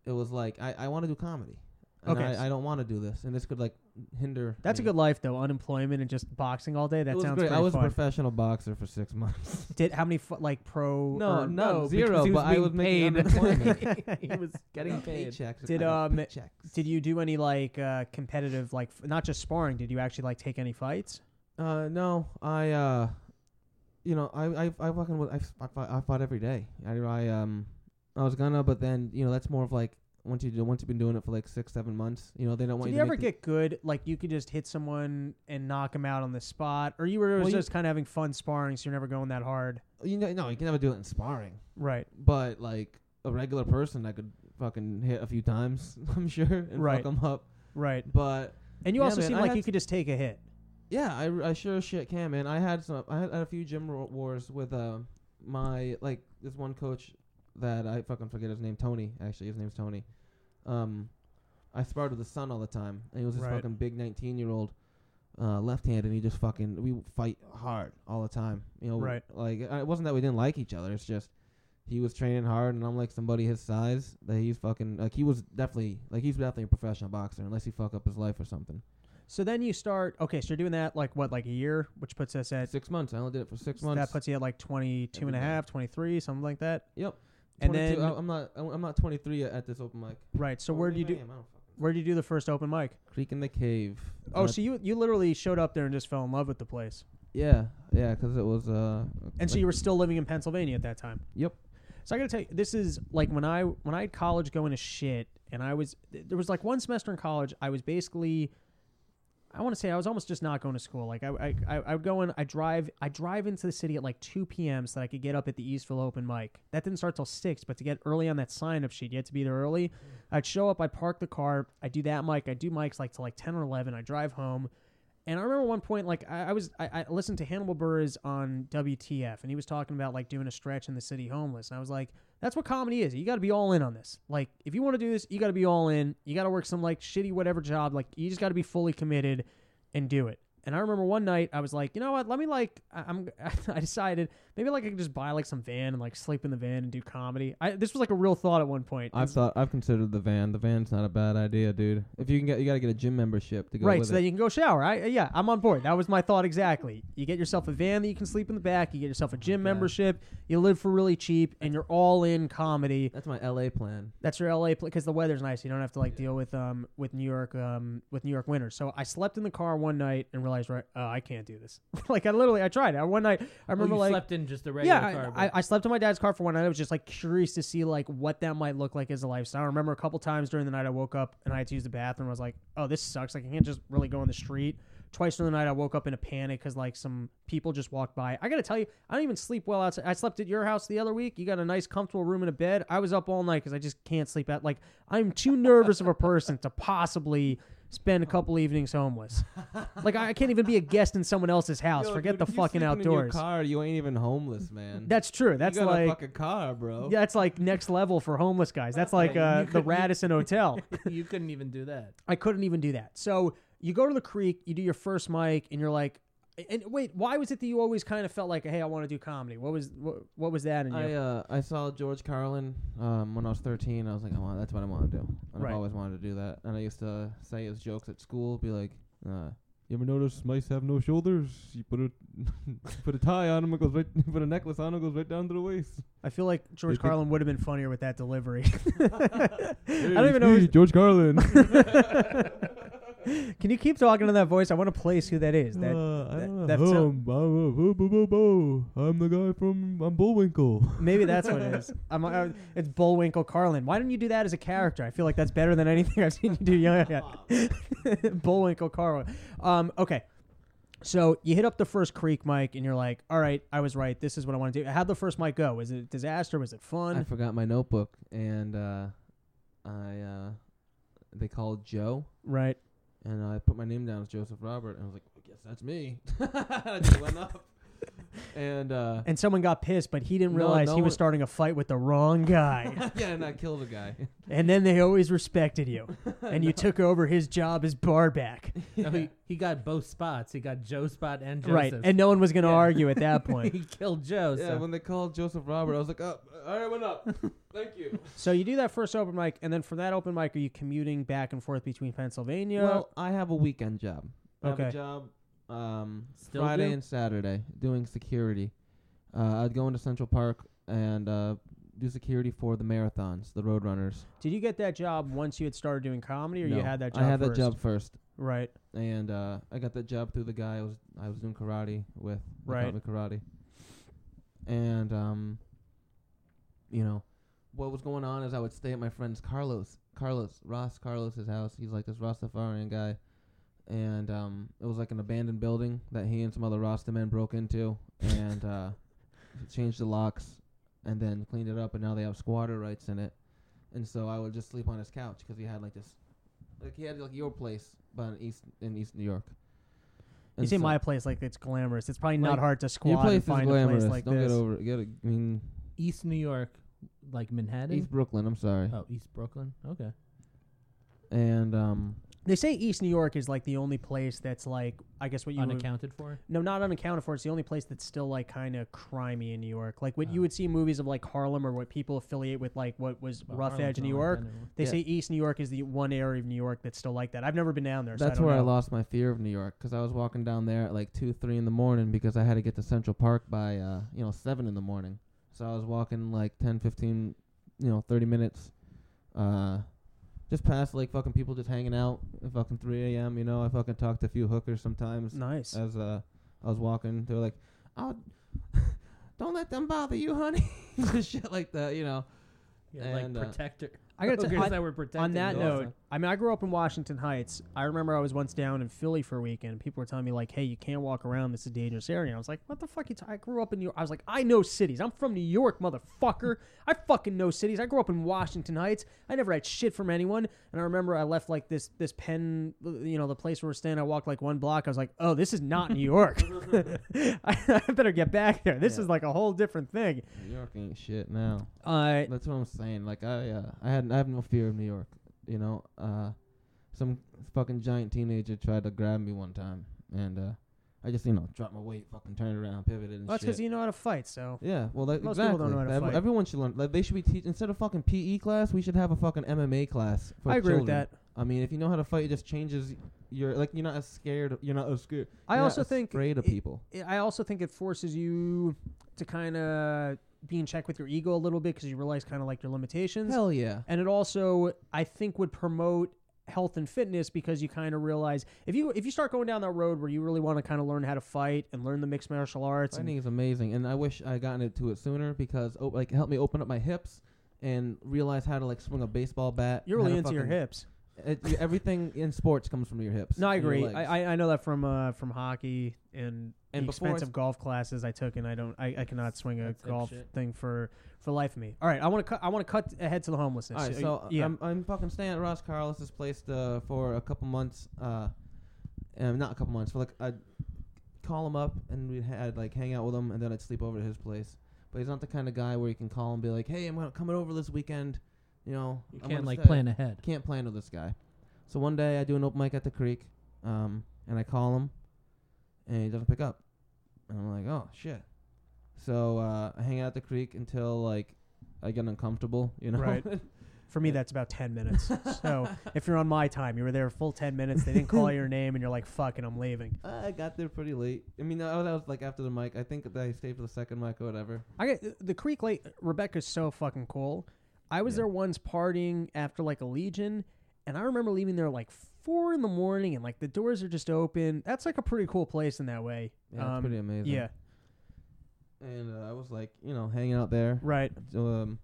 it was like I I want to do comedy. And Okay. I, I don't want to do this, and this could like hinder. That's me. a good life though. Unemployment and just boxing all day. It That was sounds great. pretty I was fun. a professional boxer for six [LAUGHS] months. Did how many fu- like pro? No, or- no, because zero, he was but I being was making paid. unemployment. [LAUGHS] he was getting paid. Paychecks. Did, I got um, paychecks. [LAUGHS] Did you do any like uh, competitive like f- not just sparring? Did you actually like take any fights? Uh, no, I uh, you know, I I I fucking was, I, f- I fought, I fought every day. I I um, I was gonna, but then you know that's more of like once you do once you've been doing it for like six seven months, you know they don't want Did you. you to ever make the- get good? Like you could just hit someone and knock them out on the spot, or you were Well, you- just kind of having fun sparring, so you're never going that hard. you know no you can never do it in sparring, Right. but like a regular person I could fucking hit a few times [LAUGHS] I'm sure and Right. fuck 'em up, Right. but And you Yeah, also man, seem I like had you could just take a hit. Yeah, I, r- I sure as shit can, man. I had some. I had, had a few gym ro- wars with uh my like this one coach that I fucking forget his name. Tony, actually, his name's Tony. Um, I sparred with his son all the time, and he was this Right. fucking big nineteen year old. Uh, left-handed, and he just fucking we fight hard all the time. You know, Right. Like uh, it wasn't that we didn't like each other. It's just he was training hard, and I'm like somebody his size that he's fucking like he was definitely like he's definitely a professional boxer unless he fuck up his life or something. So then you start. Okay, so you're doing that like what like a year, which puts us at Six months. I only did it for six months. that puts you at like 22 and a Everything. half, 23, something like that. Yep. And 22 then I- I'm not I'm I'm not 23 at this open mic. right. So Oh, where do you do? Where do you do the first open mic? Creek in the Cave. Oh, Uh, so you you literally showed up there and just fell in love with the place. yeah, yeah, because it was uh. And so you were still living in Pennsylvania at that time. Yep. So I gotta tell you, this is like when I when I had college going to shit and I was there was like one semester in college I was basically I want to say I was almost just not going to school. Like I, I, I- I would go in, I drive, I drive into the city at like 2 p.m. so that I could get up at the Eastville open mic. That didn't start till six, but to get early on that sign up sheet, you had to be there early. I'd show up, I park the car, I do that mic, I do mics like till like 10 or 11. I drive home, and I remember one point like I, I was, I, I listened to Hannibal Burris on WTF, and he was talking about like doing a stretch in the city homeless, and I was like, that's what comedy is. You got to be all in on this. Like if you want to do this, you got to be all in. You got to work some like shitty whatever job. Like you just got to be fully committed and do it. And I remember one night I was like, you know what? Let me like I- I'm [LAUGHS] I decided maybe like I could just buy like some van and like sleep in the van and do comedy. I this was like a real thought at one point. I've thought I've considered the van. The van's not a bad idea, dude. If you can get, you gotta get a gym membership to go right, with so it. that you can go shower. I yeah, I'm on board. That was my thought exactly. You get yourself a van that you can sleep in the back. You get yourself a gym membership. You live for really cheap, and you're all in comedy. That's my LA plan. That's your LA because the weather's nice. You don't have to like deal with um with New York um with New York winters. So I slept in the car one night and realized right, oh, I can't do this. [LAUGHS] like I literally I tried. it. One night I Oh, remember you like slept in just a regular yeah, car. but- I, I, I slept in my dad's car for one night. I was just like curious to see like what that might look like as a lifestyle. I remember a couple times during the night I woke up and I had to use the bathroom. I was like, oh, this sucks. Like I can't just really go on the street. Twice during the night I woke up in a panic because like some people just walked by. I gotta tell you, I don't even sleep well outside. I slept at your house the other week. You got a nice comfortable room and a bed. I was up all night because I just can't sleep out. Like I'm too nervous of a person to possibly. Spend a couple evenings homeless. Like I I can't even be a guest in someone else's house. Yo, Forget dude, the if you fucking sleeping In your outdoors. car, you ain't even homeless, man. That's true. That's you got like a fucking car, bro. yeah, that's like next level for homeless guys. That's [LAUGHS] like Yeah, uh, you the could- you- Radisson Hotel. [LAUGHS] you couldn't even do that. [LAUGHS] I couldn't even do that. So you go to the creek, you do your first mic, and you're like, and wait, why was it that you always kind of felt like, hey, I want to do comedy? What was what, what was that in you? I uh, I saw George Carlin um, when I was 13. I was like, I want that's what I want to do. And Right. I've always wanted to do that. And I used to say his jokes at school, be like, uh, you ever notice mice have no shoulders? You put a [LAUGHS] put a tie on them, it goes right. [LAUGHS] Put a necklace on them, it goes right down to the waist. I feel like George They think- Carlin would have been funnier with that [LAUGHS] delivery. [LAUGHS] I don't even know. Hey, who's- George [LAUGHS] Carlin. Can you keep talking in that voice? I want to place who that is. That uh, I don't know. that- that Um, I'm, uh, bo- bo- bo- bo. I'm the guy from I'm [LAUGHS] Bullwinkle. maybe that's what it [LAUGHS] is. I'm, I, it's Bullwinkle Carlin. Why didn't you do that as a character? I feel like that's better than anything I've seen you do young. [LAUGHS] Bullwinkle Carlin. Um, okay. So you hit up the first creek mic and you're like, all right, I was right. This is what I want to do. How'd the first mic go? Was it a disaster? Was it I fun? forgot my notebook, and uh, I uh, they called Joe, right. and I put my name down as Joseph Robert, and I was like, I guess that's me. [LAUGHS] I just went up, and uh, [LAUGHS] And someone got pissed, but he didn't No, realize no he was one- starting a fight with the wrong [LAUGHS] guy. yeah, and I killed [LAUGHS] a guy. and then they always respected [LAUGHS] you. And you took over his job as barback. No, he, he got both spots. He got Joe spot and Joseph's. Right. And no one was going to argue at that point. [LAUGHS] he killed Joe. [LAUGHS] yeah, so- when they called Joseph Robert, I was like, oh, all right, went [LAUGHS] up. Thank you. So you do that first open mic, and then from that open mic, are you commuting back and forth between Pennsylvania? Well, I have a weekend job. I Okay. have a job um, Still Friday do? and Saturday doing security. Uh, I'd go into Central Park and uh, do security for the marathons, the Roadrunners. did you get that job once you had started doing comedy, or you No, had that job? I had first? that job first, Right. and uh, I got that job through the guy I was I was doing karate with. that Right. taught me karate. And um, you know, what was going on is I would stay at my friend's Carlos, Carlos Ross Carlos's house. He's like this Rastafarian guy, and um, it was like an abandoned building that he and some other Rasta men broke into, and uh, changed the locks, and then cleaned it up, and now they have squatter rights in it. And so I would just sleep on his couch because he had like this, like he had like your place, but in East in East New York. you And see so- my place like it's glamorous. It's probably not Like, hard to your squat place and is find glamorous. a place like Don't this. get over it. Get it. I mean, East New York, like Manhattan. East Brooklyn. I'm sorry. oh, East Brooklyn. Okay. And um, They say East New York is like the only place that's like I guess what you would, Unaccounted for. no not unaccounted for. It's the only place that's still like kind of crimey in New York. Like what you Oh. would see in movies of like Harlem or what people affiliate with like what was But Rough Harlem's Edge in not New like York. that anymore. They Yeah. say East New York is the one area of New York that's still like that. I've never been down there. that's so I where don't I know. lost my fear of New York because I was walking down there at like two, three in the morning because I had to get to Central Park by uh, you know seven in the morning. So I was walking like 10, 15, you know, thirty minutes, uh, just past like fucking people just hanging out at fucking three a.m. You know, I fucking talked to a few hookers sometimes. Nice. as uh, I was walking. They were like, [LAUGHS] "Oh, don't let them bother you, honey," [LAUGHS] shit like that, you know. Yeah, like and, uh, protector. I [LAUGHS] gotta tell Ogres you, on- that were protecting on that the- note, I mean, I grew up in Washington Heights. I remember I was once down in Philly for a weekend, and people were telling me like, "Hey, you can't walk around. This is a dangerous area." And I was like, "What the fuck?" You t-? I grew up in New York. I was like, "I know cities. I'm from New York, [LAUGHS] motherfucker. I fucking know cities. I grew up in Washington Heights. I never had shit from anyone." And I remember I left like this this pen, you know, the place where we're staying. I walked like one block. I was like, "Oh, this is not New [LAUGHS] York. [LAUGHS] I, I better get back there. This is like a whole different thing." New York ain't shit now. Uh, That's what I'm saying. Like I, uh, I had, I have no fear of New York. You know, uh, some fucking giant teenager tried to grab me one time, and uh, I just, you know, dropped my weight, fucking turned around, pivoted, and well, that's shit. because you know how to fight. So Yeah, well, that, Most exactly. people don't know how to Ev- fight. Everyone should learn. Like, they should be teach instead of fucking PE class. We should have a fucking MMA class. For I agree with children. that. I mean, if you know how to fight, it just changes. You're like you're not as scared. You're not as scared. I you're not also as think afraid of it- people. it- I also think it forces you to kind of be in check with your ego a little bit because you realize kind of like your limitations. Hell yeah. And it also, I think, would promote health and fitness because you kind of realize if you if you start going down that road where you really want to kind of learn how to fight and learn the mixed martial arts and Fighting is amazing, and I wish I gotten into it sooner because oh, like it helped me open up my hips and realize how to like swing a baseball bat. you're how really to into your fucking- hips. It, you- everything in sports comes from your hips. No, I and your agree. legs. I, I I know that from uh from hockey and, And the before I expensive golf classes I took, and I don't I, I cannot swing a That's hip golf shit. thing for for life of me. All right, I want to cut I want to cut ahead to the homelessness. All right, Uh, so yeah, I'm, I'm fucking staying at Ross Carlos's place uh, for a couple months. Uh, and not a couple months, but like I'd call him up and we'd had like hang out with him, and then I'd sleep over at his place. But he's not the kind of guy where you can call and be like, "Hey, I'm gonna coming over this weekend." You know, You I'm can't gonna like stay. plan ahead. Can't plan with this guy. So one day I do an open mic at the creek, um, and I call him, and he doesn't pick up. And I'm like, oh shit. So uh, I hang out at the creek until like I get uncomfortable, [LAUGHS] you know. Right. [LAUGHS] For me, that's about 10 minutes. [LAUGHS] so if you're on my time, you were there a full 10 minutes, they didn't call your name, and you're like, fuck, and I'm leaving. I got there pretty late. I mean, I was, I was like after the mic. I think that I stayed for the second mic or whatever. I get the Creek Lake, Rebecca's so fucking cool. I was Yeah. there once partying after like a Legion, and I remember leaving there like four in the morning, and like the doors are just open. That's like a pretty cool place in that way. Yeah, Um, it's pretty amazing. Yeah, And uh, I was like, you know, hanging out there. right. Um,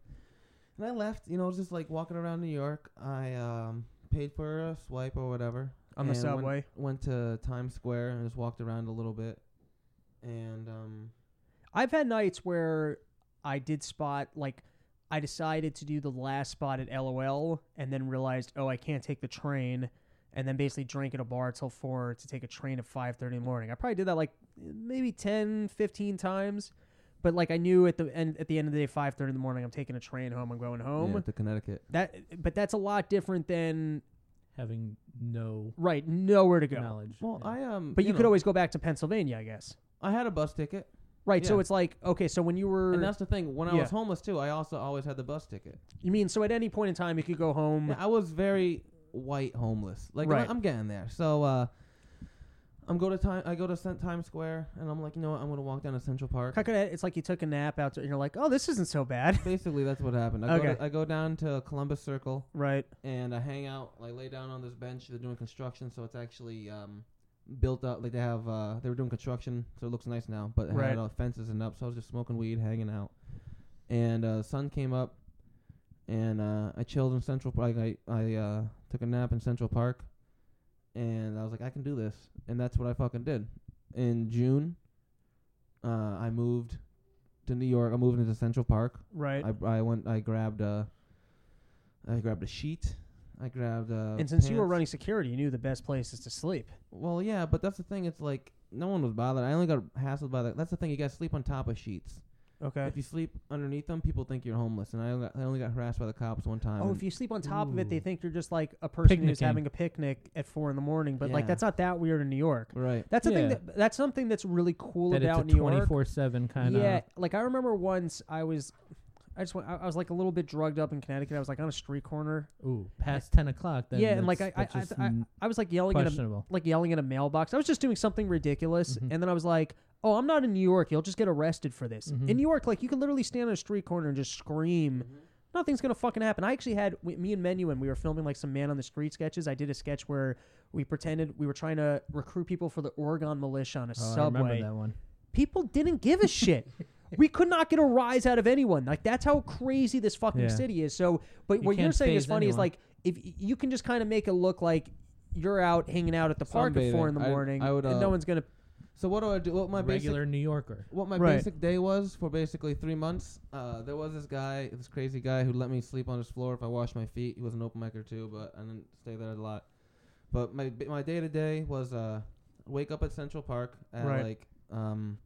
and I left. You know, I was just like walking around New York. I um paid for a swipe or whatever On the and went- subway. Went, to Times Square and just walked around a little bit. And um, I've had nights where I did spot like I decided to do the last spot at LOL and then realized, oh, I can't take the train and then basically drank at a bar till 4 to take a train at 5:30 in the morning. I probably did that like maybe 10, 15 times, but like I knew at the end at the end of the day 5:30 in the morning I'm taking a train home, I'm going yeah, home. to Connecticut. That but that's a lot different than Having no right, nowhere to go. knowledge. Well, I um, But you, know, could always go back to Pennsylvania, I guess. I had a bus ticket, Right, so Yeah. it's like okay, so when you and were that's the thing. When I Yeah. was homeless too, I also always had the bus ticket. you mean so at any point in time you could go home Yeah, I was very white homeless. Like Mm. Right. I'm getting there. So uh I'm go to time I go to Cent- Times Square and I'm like, you know what, I'm gonna walk down to Central Park. How could I- it's like you took a nap out and you're like, oh, this isn't so bad. [LAUGHS] Basically that's what happened. I, go Okay. to, I go down to Columbus Circle right. and I hang out, like lay down on this bench. They're doing construction, so it's actually um built up like they have uh they were doing construction, so it looks nice now, but it Right. had all fences and up, so I was just smoking weed, hanging out. And uh the sun came up and uh I chilled in Central Park. I I uh took a nap in Central Park and I was like, I can do this, and that's what I fucking did. In June, uh, I moved to New York. I moved into Central Park. Right. I I went. I grabbed a. I grabbed a sheet. I grabbed a. and since you were pants. running security, you knew the best places to sleep. well, yeah, but that's the thing. It's like no one was bothered. I only got hassled by that. That's the thing. You got to sleep on top of sheets. Okay. If you sleep underneath them, people think you're homeless. And I only got, I only got harassed by the cops one time. Oh, and if you sleep on top of it, they um, Ooh. think you're just like a person who's Picnicking. having a picnic at four in the morning. But like, Yeah. that's not that weird in New York. right. That's the thing. Yeah. That, that's something that's really cool that about it's New a York. 24/7 kind of Yeah, like I remember once I was, I just went, I, I was like a little bit drugged up in Connecticut. I was like on a street corner. ooh, past 10 o'clock then. yeah, and like I, that's- I, that's I, just I, n- I was like yelling at a questionable. like yelling at a mailbox. I was just doing something ridiculous, Mm-hmm. and then I was like, "Oh, I'm not in New York. You'll just get arrested for this." Mm-hmm. In New York, like you can literally stand on a street corner and just scream. Nothing's gonna fucking happen. I actually had we, me and Menu when we were filming like some man on the street sketches. I did a sketch where we pretended we were trying to recruit people for the Oregon militia on a oh, I subway remember that one. [LAUGHS] people didn't give a shit. we could not get a rise out of anyone. Like that's how crazy this fucking Yeah. city is. So, but You what you're can't saying is phase funny is anyone. like if y- you can just kind of make it look like you're out hanging out at the park at four in the Sunbathing. I- morning, I would, and no uh, one's gonna. So what do I do? What my basic regular New Yorker. what my Right. basic day was for basically three months. Uh, there was this guy, this crazy guy who let me sleep on his floor if I washed my feet. He was an open micer too, but I didn't stay there a lot. But my my day to day was uh, wake up at Central Park at Right. like um,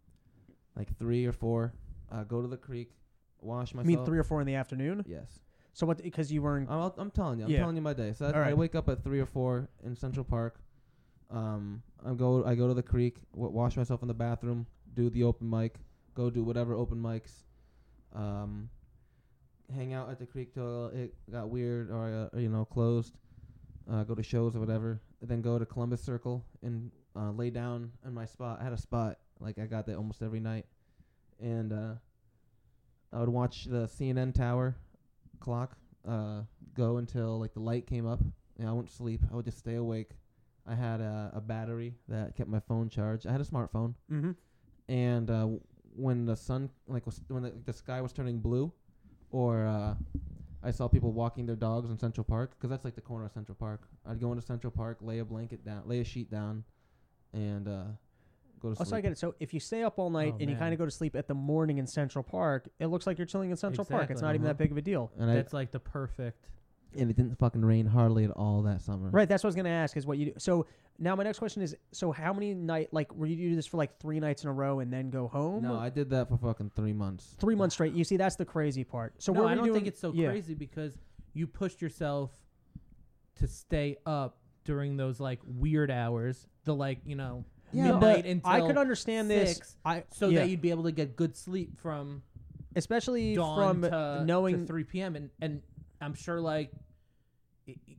like three or four. Uh, go to the creek, wash I myself. Uh, mean, three or four in the afternoon. Yes, So what? Because you were in. I'm, I'm telling you, I'm Yeah. telling you my day. So that's, All I right. wake up at three or four in Central Park. Um, I go I go to the creek, w- wash myself in the bathroom, do the open mic, go do whatever open mics, um, hang out at the creek till it got weird or uh, you know closed. Uh, go to shows or whatever, then go to Columbus Circle and uh, lay down in my spot. I had a spot like I got that almost every night, and uh, I would watch the CNN tower clock uh, go until like the light came up. And I wouldn't sleep. I would just stay awake. I had a, a battery that kept my phone charged. I had a smartphone, mm-hmm. and uh, w- when the sun like was when the, the sky was turning blue, or uh, I saw people walking their dogs in Central Park, 'cause that's like the corner of Central Park. I'd go into Central Park, lay a blanket down, lay a sheet down, and uh, go to Oh, sleep. so I get it. So if you stay up all night Oh, and you man. kind of go to sleep at the morning in Central Park, it looks like you're chilling in Central Park. It's Exactly, not even uh-huh. that big of a deal. and I That's like the perfect. and it didn't fucking rain hardly at all that Mm. summer. Right, that's what I was gonna ask. Is what you do. So now my next question is: So how many night like were you do this for like three nights in a row and then go home? No, Or- I did that for fucking three months. three months straight. You see, that's the crazy part. So no, what I were don't you think doing- it's so yeah. crazy because you pushed yourself to stay up during those like weird hours, the like you know Yeah, midnight but until I could understand this. six, I so yeah. that you'd be able to get good sleep from especially dawn from to knowing to 3 p.m. and and I'm sure like y- y-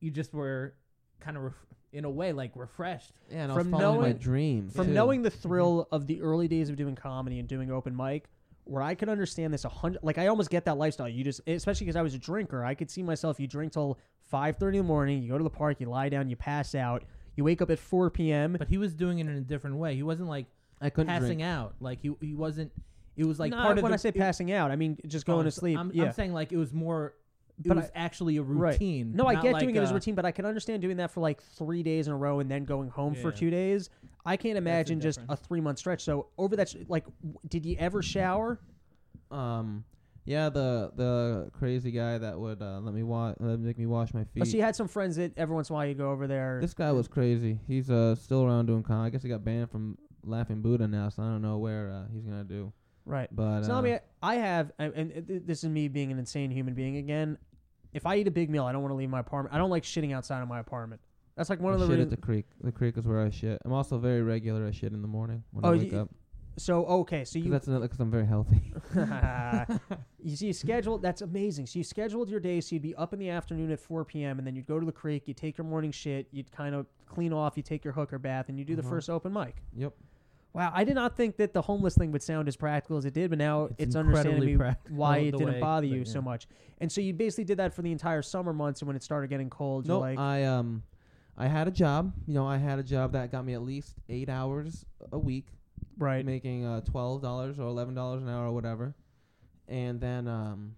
you just were kind of ref- in a way like refreshed. Yeah, and I was From following my knowing- dreams. from too. knowing the thrill Mm-hmm. of the early days of doing comedy and doing open mic where I could understand this a hundred like I almost get that lifestyle you just especially because I was a drinker I could see myself you drink till five thirty in the morning you go to the park you lie down you pass out you wake up at 4 p.m. But he was doing it in a different way. He wasn't like I couldn't passing drink. out. Like he he wasn't. It was like No, part of when the, I say it- passing out I mean just going Oh, to so sleep I'm, yeah I'm saying like it was more. It But was actually a routine. Right. No, I not get like uh, doing it as a a- routine, but I can understand doing that for like three days in a row and then going home for Yeah. two days. I can't imagine just a difference. three month stretch. So over that, sh- like, w- did you ever shower? Um, yeah, the the crazy guy that would uh, let me wa- uh, make me wash my Oh, feet. so you had some friends that every once in a while you'd go over there. this guy was crazy. He's uh still around doing con. I guess he got banned from Laughing Buddha now, so I don't know where uh, he's gonna do. right. But So uh, I mean, I have, and- and th- this is me being an insane human being again. If I eat a big meal, I don't want to leave my apartment. I don't like shitting outside of my apartment. That's like one I of the shit at reasons. the creek. The creek is where I shit. I'm also very regular. I shit in the morning when Oh, I wake you- up. 'Cause so okay, so you that's another because I'm [LAUGHS] very healthy. you see, you scheduled. That's amazing. So you scheduled your day. So you'd be up in the afternoon at 4 p.m. and then you'd go to the creek. You take your morning shit. You'd kind of clean off. You take your hooker bath, and you do the Uh-huh. Mm-hmm. first open mic. yep. Wow, I did not think that the homeless thing would sound as practical as it did, but now Oh, it's, It's understanding incredibly me [LAUGHS] practical why it the didn't way- bother but you so yeah. much. And so you basically did that for the entire summer months. And when it started getting cold, No, you're uh, like, I um, I had a job. You know, I had a job that got me at least eight hours a week. right, making uh, twelve dollars or eleven dollars an hour or whatever, and then um,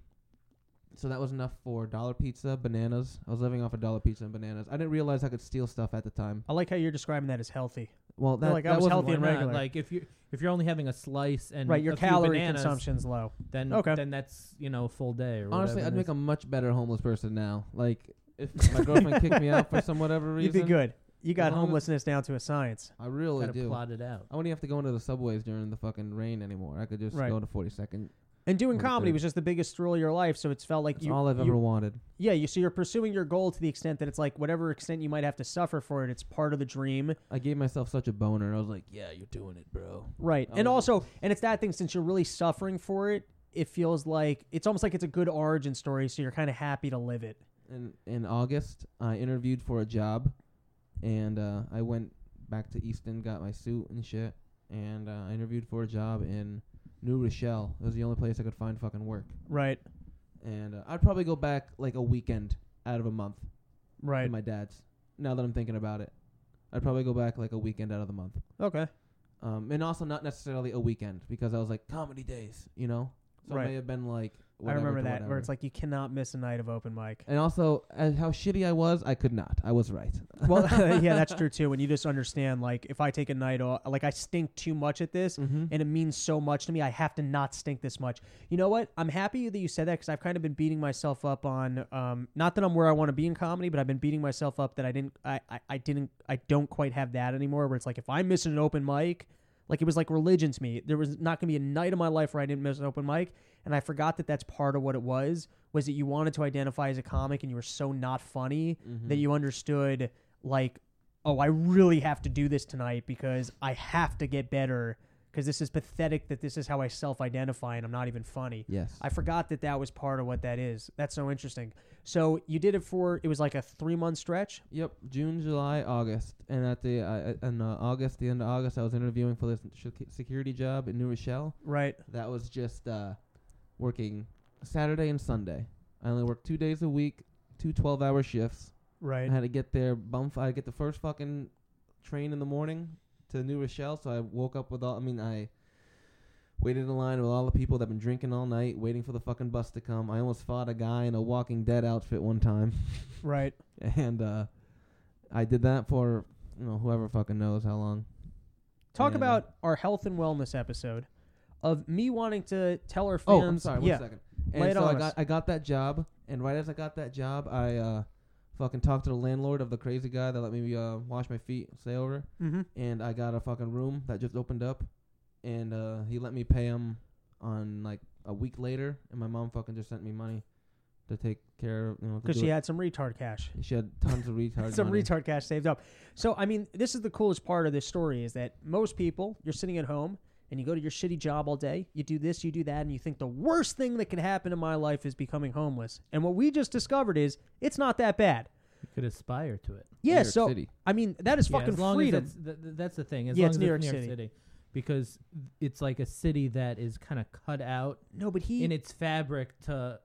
so that was enough for dollar pizza, bananas. I was living off a dollar pizza and bananas. I didn't realize I could steal stuff at the time. I like how you're describing that as healthy. Well, that, like, I that was wasn't healthy Why and not? regular. Like if you if you're only having a slice and right, your a few calorie bananas, consumption's low. then Okay. then that's you know a full day. Or honestly, whatever I'd it make is. a much better homeless person now. Like [LAUGHS] if my girlfriend kicked me out for some whatever You'd reason, be good. You got As long as- homelessness down to a science. I really Gotta do. plot it out. I wouldn't have to go into the subways during the fucking rain anymore. I could just Right. go to 42nd. And doing Right comedy there. was just the biggest thrill of your life, so it's felt like That's you. all I've you- ever wanted. Yeah, you. So you're pursuing your goal to the extent that it's like whatever extent you might have to suffer for it, it's part of the dream, I gave myself such a boner. I was like, "Yeah, you're doing it, bro." right? I and was- also, and it's that thing since you're really suffering for it, it feels like it's almost like it's a good origin story, so you're kind of happy to live it. in in August, I interviewed for a job, and uh, I went back to Easton, got my suit and shit, and uh, I interviewed for a job in New Rochelle. It was the only place I could find fucking work, Right. and uh, I'd probably go back like a weekend out of a month to Right. my dad's. Now that I'm thinking about it, I'd probably go back like a weekend out of the month. Okay. um, and also not necessarily a weekend because I was like comedy days, you know. So Right. it may have been like I whatever remember to that, where whatever. it's like you cannot miss a night of open [LAUGHS] mic. and also as how shitty I was, I could not. I was right. Well, [LAUGHS] yeah, that's true too. When you just understand, like, if I take a night off, like I stink too much at this, mm-hmm. and it means so much to me. I have to not stink this much. You know what? I'm happy that you said that because I've kind of been beating myself up on um, not that I'm where I want to be in comedy, but I've been beating myself up that I didn't, I, I, I didn't, I don't quite have that anymore. Where it's like if I miss an open mic, like it was like religion to me. There was not going to be a night of my life where I didn't miss an open mic, and I forgot that that's part of what it was. Was that you wanted to identify as a comic and you were so not funny that you understood like oh i really have to do this tonight because i have to get better because this is pathetic that this is how i self-identify and i'm not even funny Yes. i forgot that that was part of what that is that's so interesting so you did it for it was like a three month stretch Yep, June, July, August, and at the uh, uh, in uh, August, the end of August, I was interviewing for this sh- security job in New Rochelle. right That was just uh, working Saturday and Sunday. I only worked two days a week, two 12-hour shifts. I right had to get there. Bump. I had to get the first fucking train in the morning to New Rochelle. So I woke up with all. I mean, I waited in line with all the people that've been drinking all night, waiting for the fucking bus to come. I almost fought a guy in a Walking Dead outfit one time right [LAUGHS] and uh, I did that for you know whoever fucking knows how long. talk Yeah. about our health and wellness episode of me wanting to tell our Oh, fans I'm sorry. One yeah second. Lay And it so on I us. got I got that job, and right as I got that job, I uh, fucking talked to the landlord of the crazy guy that let me uh, wash my feet, stay over, mm-hmm. and I got a fucking room that just opened up, and uh, he let me pay him on like a week later, and my mom fucking just sent me money to take care of you know to because do she it. had some retard cash she had tons [LAUGHS] of retard some money. retard cash saved up. So I mean, this is the coolest part of this story is that most people, you're sitting at home and you go to your shitty job all day, you do this, you do that, and you think the worst thing that can happen in my life is becoming homeless. And what we just discovered is it's not that bad. You could aspire to it. Yeah, New York so City. I mean that is Yeah, fucking as long freedom. As that's, th- th- that's the thing. As Yeah, long it's as New York New York City. City. Because it's like a city that is kind of cut out no, but he in its fabric to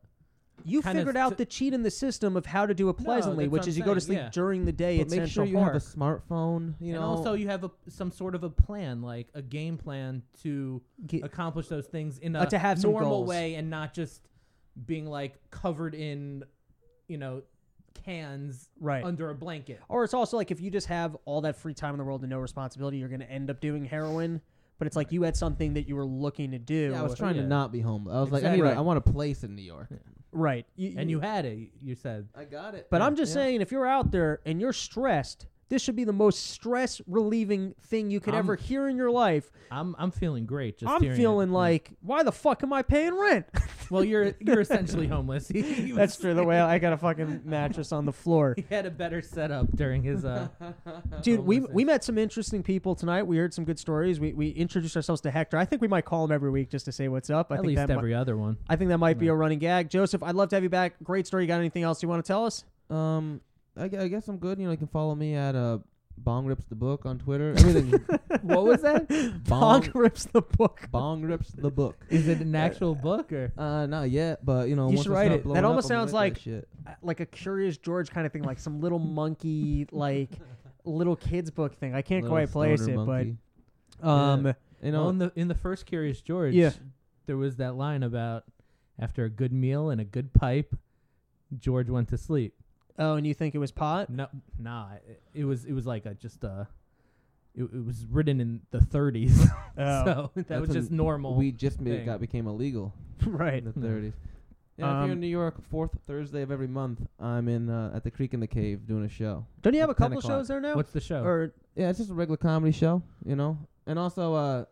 you kind of figured out t- the cheat in the system of how to do it pleasantly, that's which what is I'm you go to saying, sleep yeah. during the day But at make Central sure you Park. have a smartphone. You and know, also you have a some sort of a plan, like a game plan to Get- accomplish those things in a Uh, to have some normal goals. way and not just being like covered in, you know, cans Right. under a blanket. Or it's also like if you just have all that free time in the world and no responsibility, you're going to end up doing heroin. But it's like you had something that you were looking to do. Yeah, I was trying yeah. to not be homeless. I was like, I, Exactly. need a, I want a place in [LAUGHS] New York. right. And you had it. You said I got it. But I'm just saying, if you're out there and you're stressed, this should be the most stress relieving thing you could I'm- ever hear in your life. I'm I'm feeling great. Just I'm hearing it." feeling Yeah. like, why the fuck am I paying rent? [LAUGHS] well, you're [LAUGHS] you're essentially homeless. [LAUGHS] He, he was- That's true. The way I got a [LAUGHS] fucking mattress on the floor. he had a better setup during his uh. Dude, we, Homeless we met some interesting people tonight. We heard some good stories. We, we introduced ourselves to Hector. I think we might call him every week just to say what's up. I at think least that mi- every other one. I think that might be a running gag. Joseph, I'd love to have you back. Great story. You got anything else you want to tell us? um, I, gu- I guess I'm good. You know, you can follow me at uh, Bong Rips the Book on Twitter. [LAUGHS] [LAUGHS] Everything. what was that? Bong- Bonk rips the book. Bong Rips the Book. Is [LAUGHS] it an actual book or? Uh, not yet, but you know, You once should I write start it. blowing That up, almost I'm gonna sounds make like- that shit. Uh, like a Curious George kind of thing, like some little monkey, like little kids book thing. I can't Little quite place it, stoner monkey. but um, Yeah. but you know, in the in the first Curious George, Yeah. there was that line about after a good meal and a good pipe, George went to sleep. oh, and you think it was [LAUGHS] pot? No, nah, it, it was it was like a just a. It, it was written in the 30s, [LAUGHS] Oh, so that was when just normal. we just made thing. got became illegal [LAUGHS] right. in the 30s. Yeah, if Um, you're in New York, fourth Thursday of every month, I'm in uh, at the Creek in the Cave doing a show. Don't you have a 10 couple o'clock. shows there now? What's the show? or Yeah, it's just a regular comedy show, you know. And also, uh,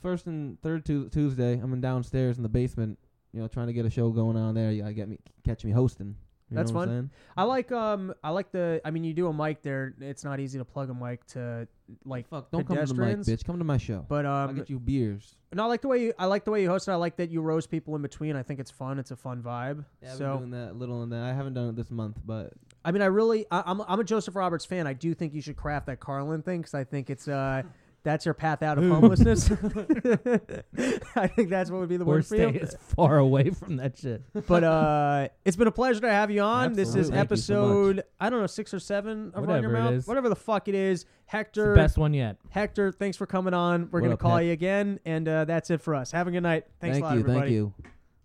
first and third tu- Tuesday, I'm in downstairs in the basement, you know, trying to get a show going on there. You gotta get me, catch me hosting. You That's know what I'm fun. saying? I like um I like the I mean you do a mic there. It's not easy to plug a mic to like Fuck, don't come to my pedestrians. bitch. Come to my show. But I'll um get you beers. no, I like the way you, I like the way you host it. I like that you roast people in between. I think it's fun. It's a fun vibe. Yeah, I've been so doing that little and that. I haven't done it this month, but I mean, I really, I, I'm, I'm a Joseph Roberts fan. I do think you should craft that Carlin thing because I think it's uh, That's your path out of Ooh. homelessness. [LAUGHS] I think that's what would be the Or word for you. stay as far away from that shit. But uh, it's been a pleasure to have you on. This is Absolutely. Thank you so episode I don't know six or seven of Run Your Whatever it Mouth, is. whatever the fuck it is. Hector, The best one yet. Hector, thanks for coming on. We're What gonna up, call Hec? you again, and uh, that's it for us. Have a good night. Thanks thank a lot, you, everybody. thank you.